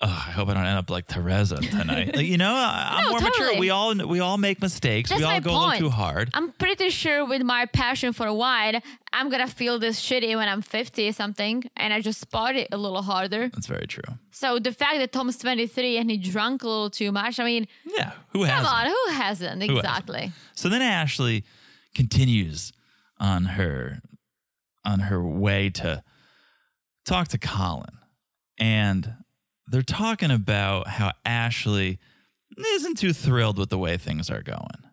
[SPEAKER 4] "Ugh, I hope I don't end up like Teresa
[SPEAKER 5] *laughs*
[SPEAKER 4] tonight. Like, you know, I, I'm
[SPEAKER 5] No,
[SPEAKER 4] more mature.
[SPEAKER 5] totally.
[SPEAKER 4] We all we all make mistakes.
[SPEAKER 5] That's
[SPEAKER 4] we all
[SPEAKER 5] my
[SPEAKER 4] go a
[SPEAKER 5] point.
[SPEAKER 4] little too hard.
[SPEAKER 5] I'm pretty sure with my passion for wine, I'm gonna feel this shitty when I'm 50 something, and I just spot it a little harder.
[SPEAKER 4] That's very true.
[SPEAKER 5] So the fact that Tom's 23 and he drank a little too much, I mean,
[SPEAKER 4] Yeah, who
[SPEAKER 5] come
[SPEAKER 4] has?
[SPEAKER 5] on, who hasn't
[SPEAKER 4] hasn't?
[SPEAKER 5] exactly?
[SPEAKER 4] So then Ashley continues on her on her way to talk to Colin. And they're talking about how Ashley isn't too thrilled with the way things are going.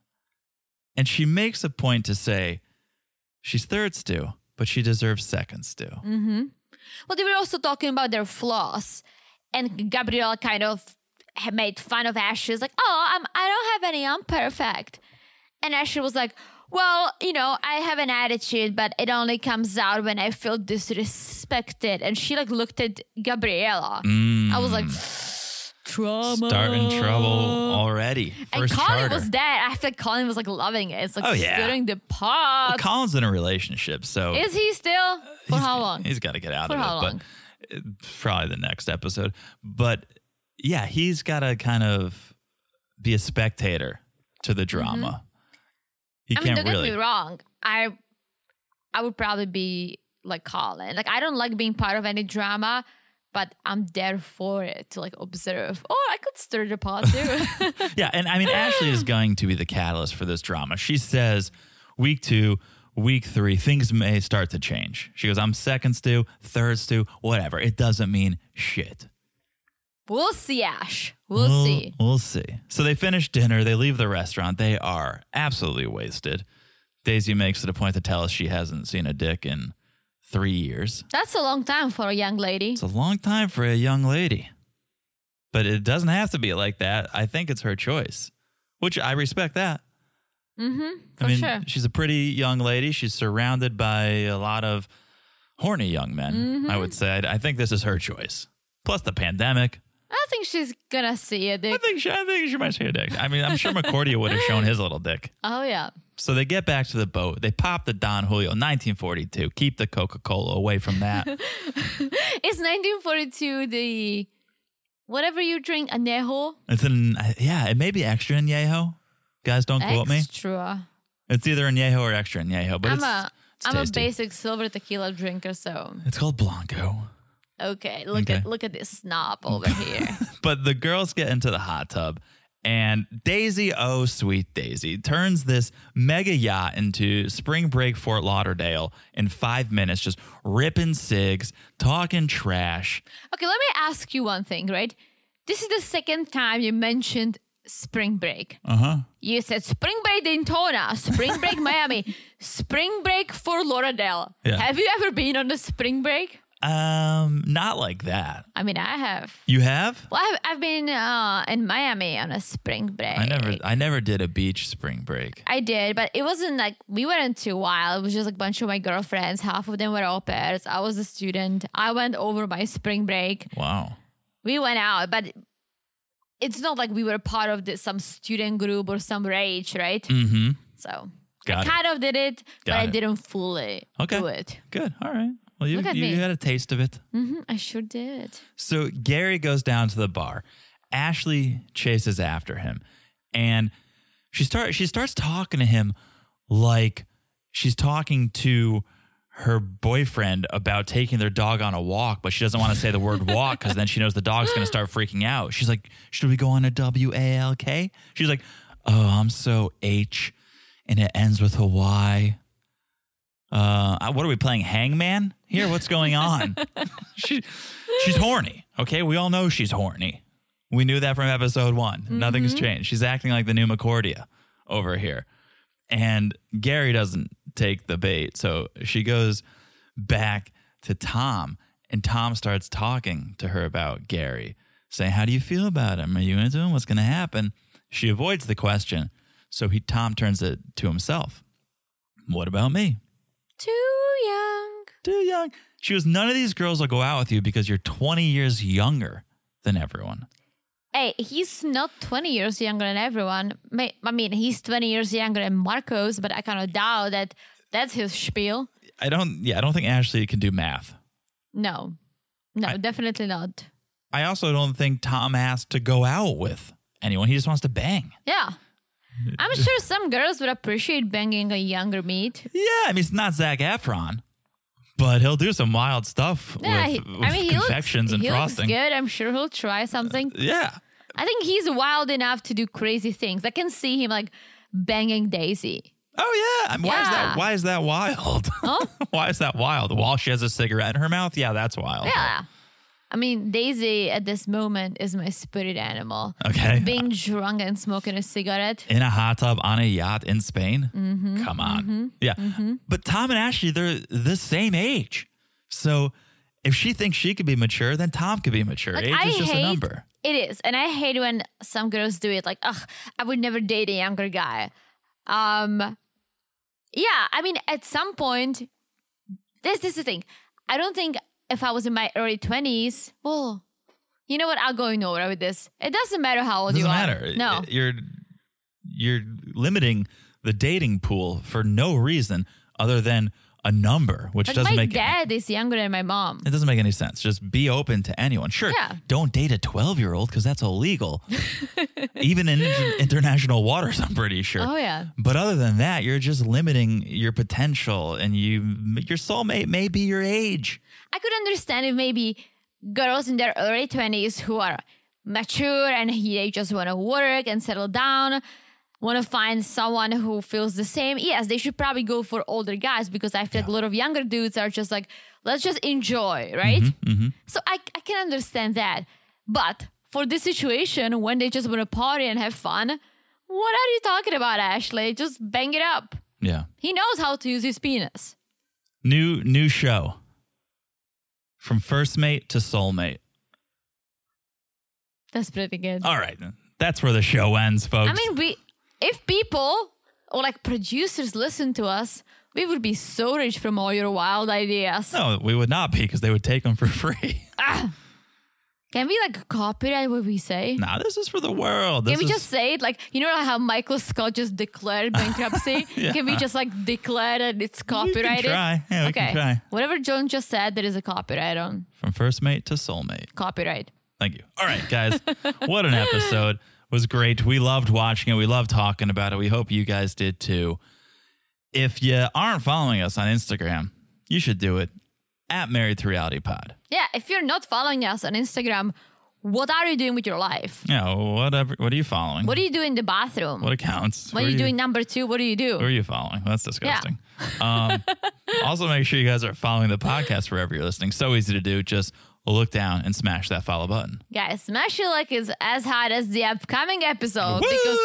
[SPEAKER 4] And she makes a point to say she's third stew, but she deserves second stew.
[SPEAKER 5] Mm-hmm. Well, they were also talking about their flaws, and Gabrielle kind of ha- made fun of Ash. She was like, "Oh, I'm I don't have any. I'm perfect." And Ashley was like, "Well, you know, I have an attitude, but it only comes out when I feel disrespected." And she like looked at Gabriella.
[SPEAKER 4] Mm.
[SPEAKER 5] I was like, "Trauma."
[SPEAKER 4] Starting trouble already.
[SPEAKER 5] And
[SPEAKER 4] First
[SPEAKER 5] Colin
[SPEAKER 4] charter.
[SPEAKER 5] was there. I feel like Colin was like loving it. It's like
[SPEAKER 4] Oh, yeah.
[SPEAKER 5] stirring the pot.
[SPEAKER 4] Colin's in a relationship, so
[SPEAKER 5] Is he still? For
[SPEAKER 4] He's-
[SPEAKER 5] how long?
[SPEAKER 4] He's got to get out
[SPEAKER 5] For
[SPEAKER 4] of
[SPEAKER 5] how
[SPEAKER 4] it,
[SPEAKER 5] long?
[SPEAKER 4] but uh, probably the next episode. But yeah, he's got to kind of be a spectator to the drama. He
[SPEAKER 5] Mm-hmm. I mean,
[SPEAKER 4] can't
[SPEAKER 5] don't
[SPEAKER 4] really.
[SPEAKER 5] get me wrong. I I would probably be like Colin. Like I don't like being part of any drama, but I'm there for it to like observe. Or I could stir the pot
[SPEAKER 4] *laughs*
[SPEAKER 5] too. *laughs*
[SPEAKER 4] Yeah, and I mean Ashley is going to be the catalyst for this drama. She says, week two, week three, things may start to change. She goes, "I'm second stew, third stew, whatever. It doesn't mean shit."
[SPEAKER 5] we'll see, Ash. We'll,
[SPEAKER 4] Mm.
[SPEAKER 5] see.
[SPEAKER 4] We'll see. So they finish dinner. They leave the restaurant. They are absolutely wasted. Daisy makes it a point to tell us she hasn't seen a dick in three years.
[SPEAKER 5] That's a long time for a young lady.
[SPEAKER 4] It's a long time for a young lady. But it doesn't have to be like that. I think it's her choice, which I respect that.
[SPEAKER 5] Mm-hmm. for
[SPEAKER 4] I mean,
[SPEAKER 5] sure.
[SPEAKER 4] she's a pretty young lady. She's surrounded by a lot of horny young men,
[SPEAKER 5] Mm-hmm.
[SPEAKER 4] I would say. I I think this is her choice. Plus the pandemic.
[SPEAKER 5] I think she's gonna see it.
[SPEAKER 4] I think she, I think she might see a dick. I mean, I'm sure McCordia would have shown his little dick.
[SPEAKER 5] Oh yeah.
[SPEAKER 4] So they get back to the boat. They pop the Don Julio 1942. Keep the Coca Cola away from
[SPEAKER 5] *laughs*
[SPEAKER 4] that.
[SPEAKER 5] It's 1942. The whatever you drink, añejo.
[SPEAKER 4] it's an yeah. It may be extra in Yeho. Guys, don't quote me.
[SPEAKER 5] Extra.
[SPEAKER 4] It's either in Yeho or extra in Yeho. But
[SPEAKER 5] I'm
[SPEAKER 4] it's,
[SPEAKER 5] a
[SPEAKER 4] it's
[SPEAKER 5] I'm a
[SPEAKER 4] tasty.
[SPEAKER 5] basic silver tequila drinker, so
[SPEAKER 4] It's called Blanco.
[SPEAKER 5] Okay, look
[SPEAKER 4] Okay.
[SPEAKER 5] at look at
[SPEAKER 4] *laughs*
[SPEAKER 5] this snob over here.
[SPEAKER 4] But the girls get into the hot tub, and Daisy, oh sweet Daisy, turns this mega yacht into spring break Fort Lauderdale in five minutes, just ripping cigs, talking trash.
[SPEAKER 5] okay, let me ask you one thing, right? This is the second time you mentioned spring break.
[SPEAKER 4] Uh huh.
[SPEAKER 5] You said spring break Daytona,
[SPEAKER 4] *laughs*
[SPEAKER 5] spring break Miami, spring break for Lauderdale.
[SPEAKER 4] Yeah.
[SPEAKER 5] Have you ever been on a spring break?
[SPEAKER 4] Um, not like that.
[SPEAKER 5] I mean, I have.
[SPEAKER 4] You have?
[SPEAKER 5] Well, I've, I've been uh, in Miami on a spring break.
[SPEAKER 4] I never I never did a beach spring break.
[SPEAKER 5] I did, but it wasn't like we weren't too wild. It was just like a bunch of my girlfriends. Half of them were au pairs. I was a student. I went over my spring break.
[SPEAKER 4] Wow.
[SPEAKER 5] we went out, but it's not like we were part of this, some student group or some rage, right?
[SPEAKER 4] Mm-hmm.
[SPEAKER 5] So
[SPEAKER 4] Got
[SPEAKER 5] I
[SPEAKER 4] it.
[SPEAKER 5] kind of did it, but
[SPEAKER 4] Got
[SPEAKER 5] I
[SPEAKER 4] it.
[SPEAKER 5] didn't fully
[SPEAKER 4] Okay.
[SPEAKER 5] do it.
[SPEAKER 4] Good. All right. Well you,
[SPEAKER 5] Look at
[SPEAKER 4] you
[SPEAKER 5] me.
[SPEAKER 4] had a taste of it.
[SPEAKER 5] hmm I sure did.
[SPEAKER 4] So Gary goes down to the bar. Ashley chases after him. And she start she starts talking to him like she's talking to her boyfriend about taking their dog on a walk, but she doesn't want to say the word walk because then she knows the dog's going to start freaking out. She's like, "Should we go on a W A L K?" She's like, "Oh, I'm so H, and it ends with a Y." Uh, I- what are we playing, Hangman here? What's going on? *laughs* she, she's horny. Okay, we all know she's horny. We knew that from episode one. Nothing's changed. She's acting like the new Macordia over here. And Gary doesn't take the bait. So she goes back to Tom, and Tom starts talking to her about Gary, saying, How do you feel about him? Are you into him? What's going to happen? She avoids the question. So he, Tom turns it to himself. What about me?
[SPEAKER 5] Too young.
[SPEAKER 4] Too young. She goes, None of these girls will go out with you because you're 20 years younger than everyone.
[SPEAKER 5] Hey, he's not 20 years younger than everyone. May- I mean, he's 20 years younger than Marcos, but I kind of doubt that that's his spiel.
[SPEAKER 4] I don't, yeah, I don't think Ashley can do math.
[SPEAKER 5] No, no, definitely not.
[SPEAKER 4] I also don't think Tom asked to go out with anyone. He just wants to bang.
[SPEAKER 5] Yeah. I'm sure some girls would appreciate banging a younger meat.
[SPEAKER 4] Yeah, I mean it's not Zach Efron, but he'll do some wild stuff
[SPEAKER 5] Yeah,
[SPEAKER 4] with,
[SPEAKER 5] he,
[SPEAKER 4] with
[SPEAKER 5] I mean, he looks,
[SPEAKER 4] confections and
[SPEAKER 5] he
[SPEAKER 4] frosting.
[SPEAKER 5] looks good. I'm sure he'll try something.
[SPEAKER 4] Yeah,
[SPEAKER 5] I think he's wild enough to do crazy things. I can see him like banging Daisy.
[SPEAKER 4] Oh yeah. I mean, Why is that
[SPEAKER 5] Yeah.
[SPEAKER 4] why is that wild? *laughs* why is that wild? While she has a cigarette in her mouth? Yeah, that's wild.
[SPEAKER 5] Yeah. I mean, Daisy at this moment is my spirit animal.
[SPEAKER 4] Okay.
[SPEAKER 5] Being drunk and smoking a cigarette.
[SPEAKER 4] In a hot tub on a yacht in Spain?
[SPEAKER 5] Mm-hmm.
[SPEAKER 4] Come on. Yeah. But Tom and Ashley, they're the same age. So if she thinks she could be mature, then Tom could be mature.
[SPEAKER 5] Like,
[SPEAKER 4] age
[SPEAKER 5] I
[SPEAKER 4] is just
[SPEAKER 5] hate-
[SPEAKER 4] a number.
[SPEAKER 5] It is. And I hate when some girls do it like, ugh, I would never date a younger guy. Um Yeah, I mean at some point this, this is the thing. I don't think if I was in my early twenties, well, you know what? I'll go nowhere with this. It doesn't matter how old
[SPEAKER 4] doesn't
[SPEAKER 5] you
[SPEAKER 4] matter.
[SPEAKER 5] are. No.
[SPEAKER 4] You're you're limiting the dating pool for no reason other than a number, which
[SPEAKER 5] Like
[SPEAKER 4] doesn't
[SPEAKER 5] my
[SPEAKER 4] make
[SPEAKER 5] dad is younger than my mom.
[SPEAKER 4] It doesn't make any sense. Just be open to anyone. Sure,
[SPEAKER 5] Yeah.
[SPEAKER 4] don't date a 12 year old because that's
[SPEAKER 5] *laughs*
[SPEAKER 4] illegal, even in inter- international waters, I'm pretty sure.
[SPEAKER 5] Oh yeah.
[SPEAKER 4] But other than that, you're just limiting your potential and you your soulmate may be your age.
[SPEAKER 5] I could understand if maybe girls in their early 20s who are mature and they just want to work and settle down, want to find someone who feels the same. Yes, they should probably go for older guys because I feel like a lot of younger dudes are just like, let's just enjoy, right? So I, I can understand that. But for this situation, when they just want to party and have fun, what are you talking about, Ashley? Just bang it up.
[SPEAKER 4] Yeah.
[SPEAKER 5] He knows how to use his penis.
[SPEAKER 4] New new show. From first mate to soulmate.
[SPEAKER 5] That's pretty good.
[SPEAKER 4] All right. That's where the show ends, folks.
[SPEAKER 5] I mean, we if people or like producers listen to us, we would be so rich from all your wild ideas. Ah.
[SPEAKER 4] no, we would not be because they would take them for *laughs* free.
[SPEAKER 5] Can we like copyright what we say?
[SPEAKER 4] nah, this is for the world.
[SPEAKER 5] Can
[SPEAKER 4] This
[SPEAKER 5] we
[SPEAKER 4] is-
[SPEAKER 5] just say it like you know how Michael Scott just
[SPEAKER 4] *laughs*
[SPEAKER 5] declared bankruptcy? Can we just like declare that it's
[SPEAKER 4] can
[SPEAKER 5] copyrighted?
[SPEAKER 4] try. Yeah, we
[SPEAKER 5] okay.
[SPEAKER 4] can try.
[SPEAKER 5] Whatever John just said, there is a copyright on
[SPEAKER 4] from first mate to soulmate.
[SPEAKER 5] copyright.
[SPEAKER 4] Thank you. All right, guys. what an episode. It was great. We loved watching it. We loved talking about it. We hope you guys did too. If you aren't following us on Instagram, you should do it at Married to Reality Pod.
[SPEAKER 5] Yeah, if you're not following us on Instagram, what are you doing with your life?
[SPEAKER 4] Yeah, whatever. What are you following?
[SPEAKER 5] What do you do in the bathroom?
[SPEAKER 4] What accounts?
[SPEAKER 5] When
[SPEAKER 4] Who
[SPEAKER 5] you doing number two? What do you do?
[SPEAKER 4] Who are you following? That's disgusting.
[SPEAKER 5] *laughs*
[SPEAKER 4] Um, also, make sure you guys are following the podcast wherever you're listening. So easy to do. Just look down and smash that follow button.
[SPEAKER 5] Guys, Smash Your Like is as hot as the upcoming episode
[SPEAKER 4] Woo!
[SPEAKER 5] because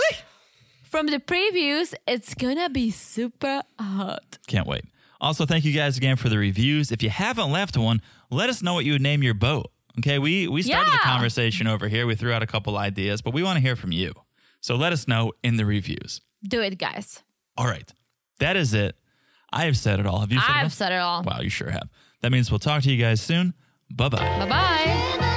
[SPEAKER 5] from the previews, it's gonna be super hot.
[SPEAKER 4] Can't wait. Also, thank you guys again for the reviews. If you haven't left one, let us know what you would name your boat. Okay, we we started the
[SPEAKER 5] Yeah.
[SPEAKER 4] conversation over here. We threw out a couple ideas, but we want to hear from you. So let us know in the reviews.
[SPEAKER 5] Do it, guys.
[SPEAKER 4] All right, that is it. I have said it all. Have you said it all?
[SPEAKER 5] I've said it all.
[SPEAKER 4] Wow, you sure have. That means we'll talk to you guys soon. Bye bye.
[SPEAKER 5] Bye bye.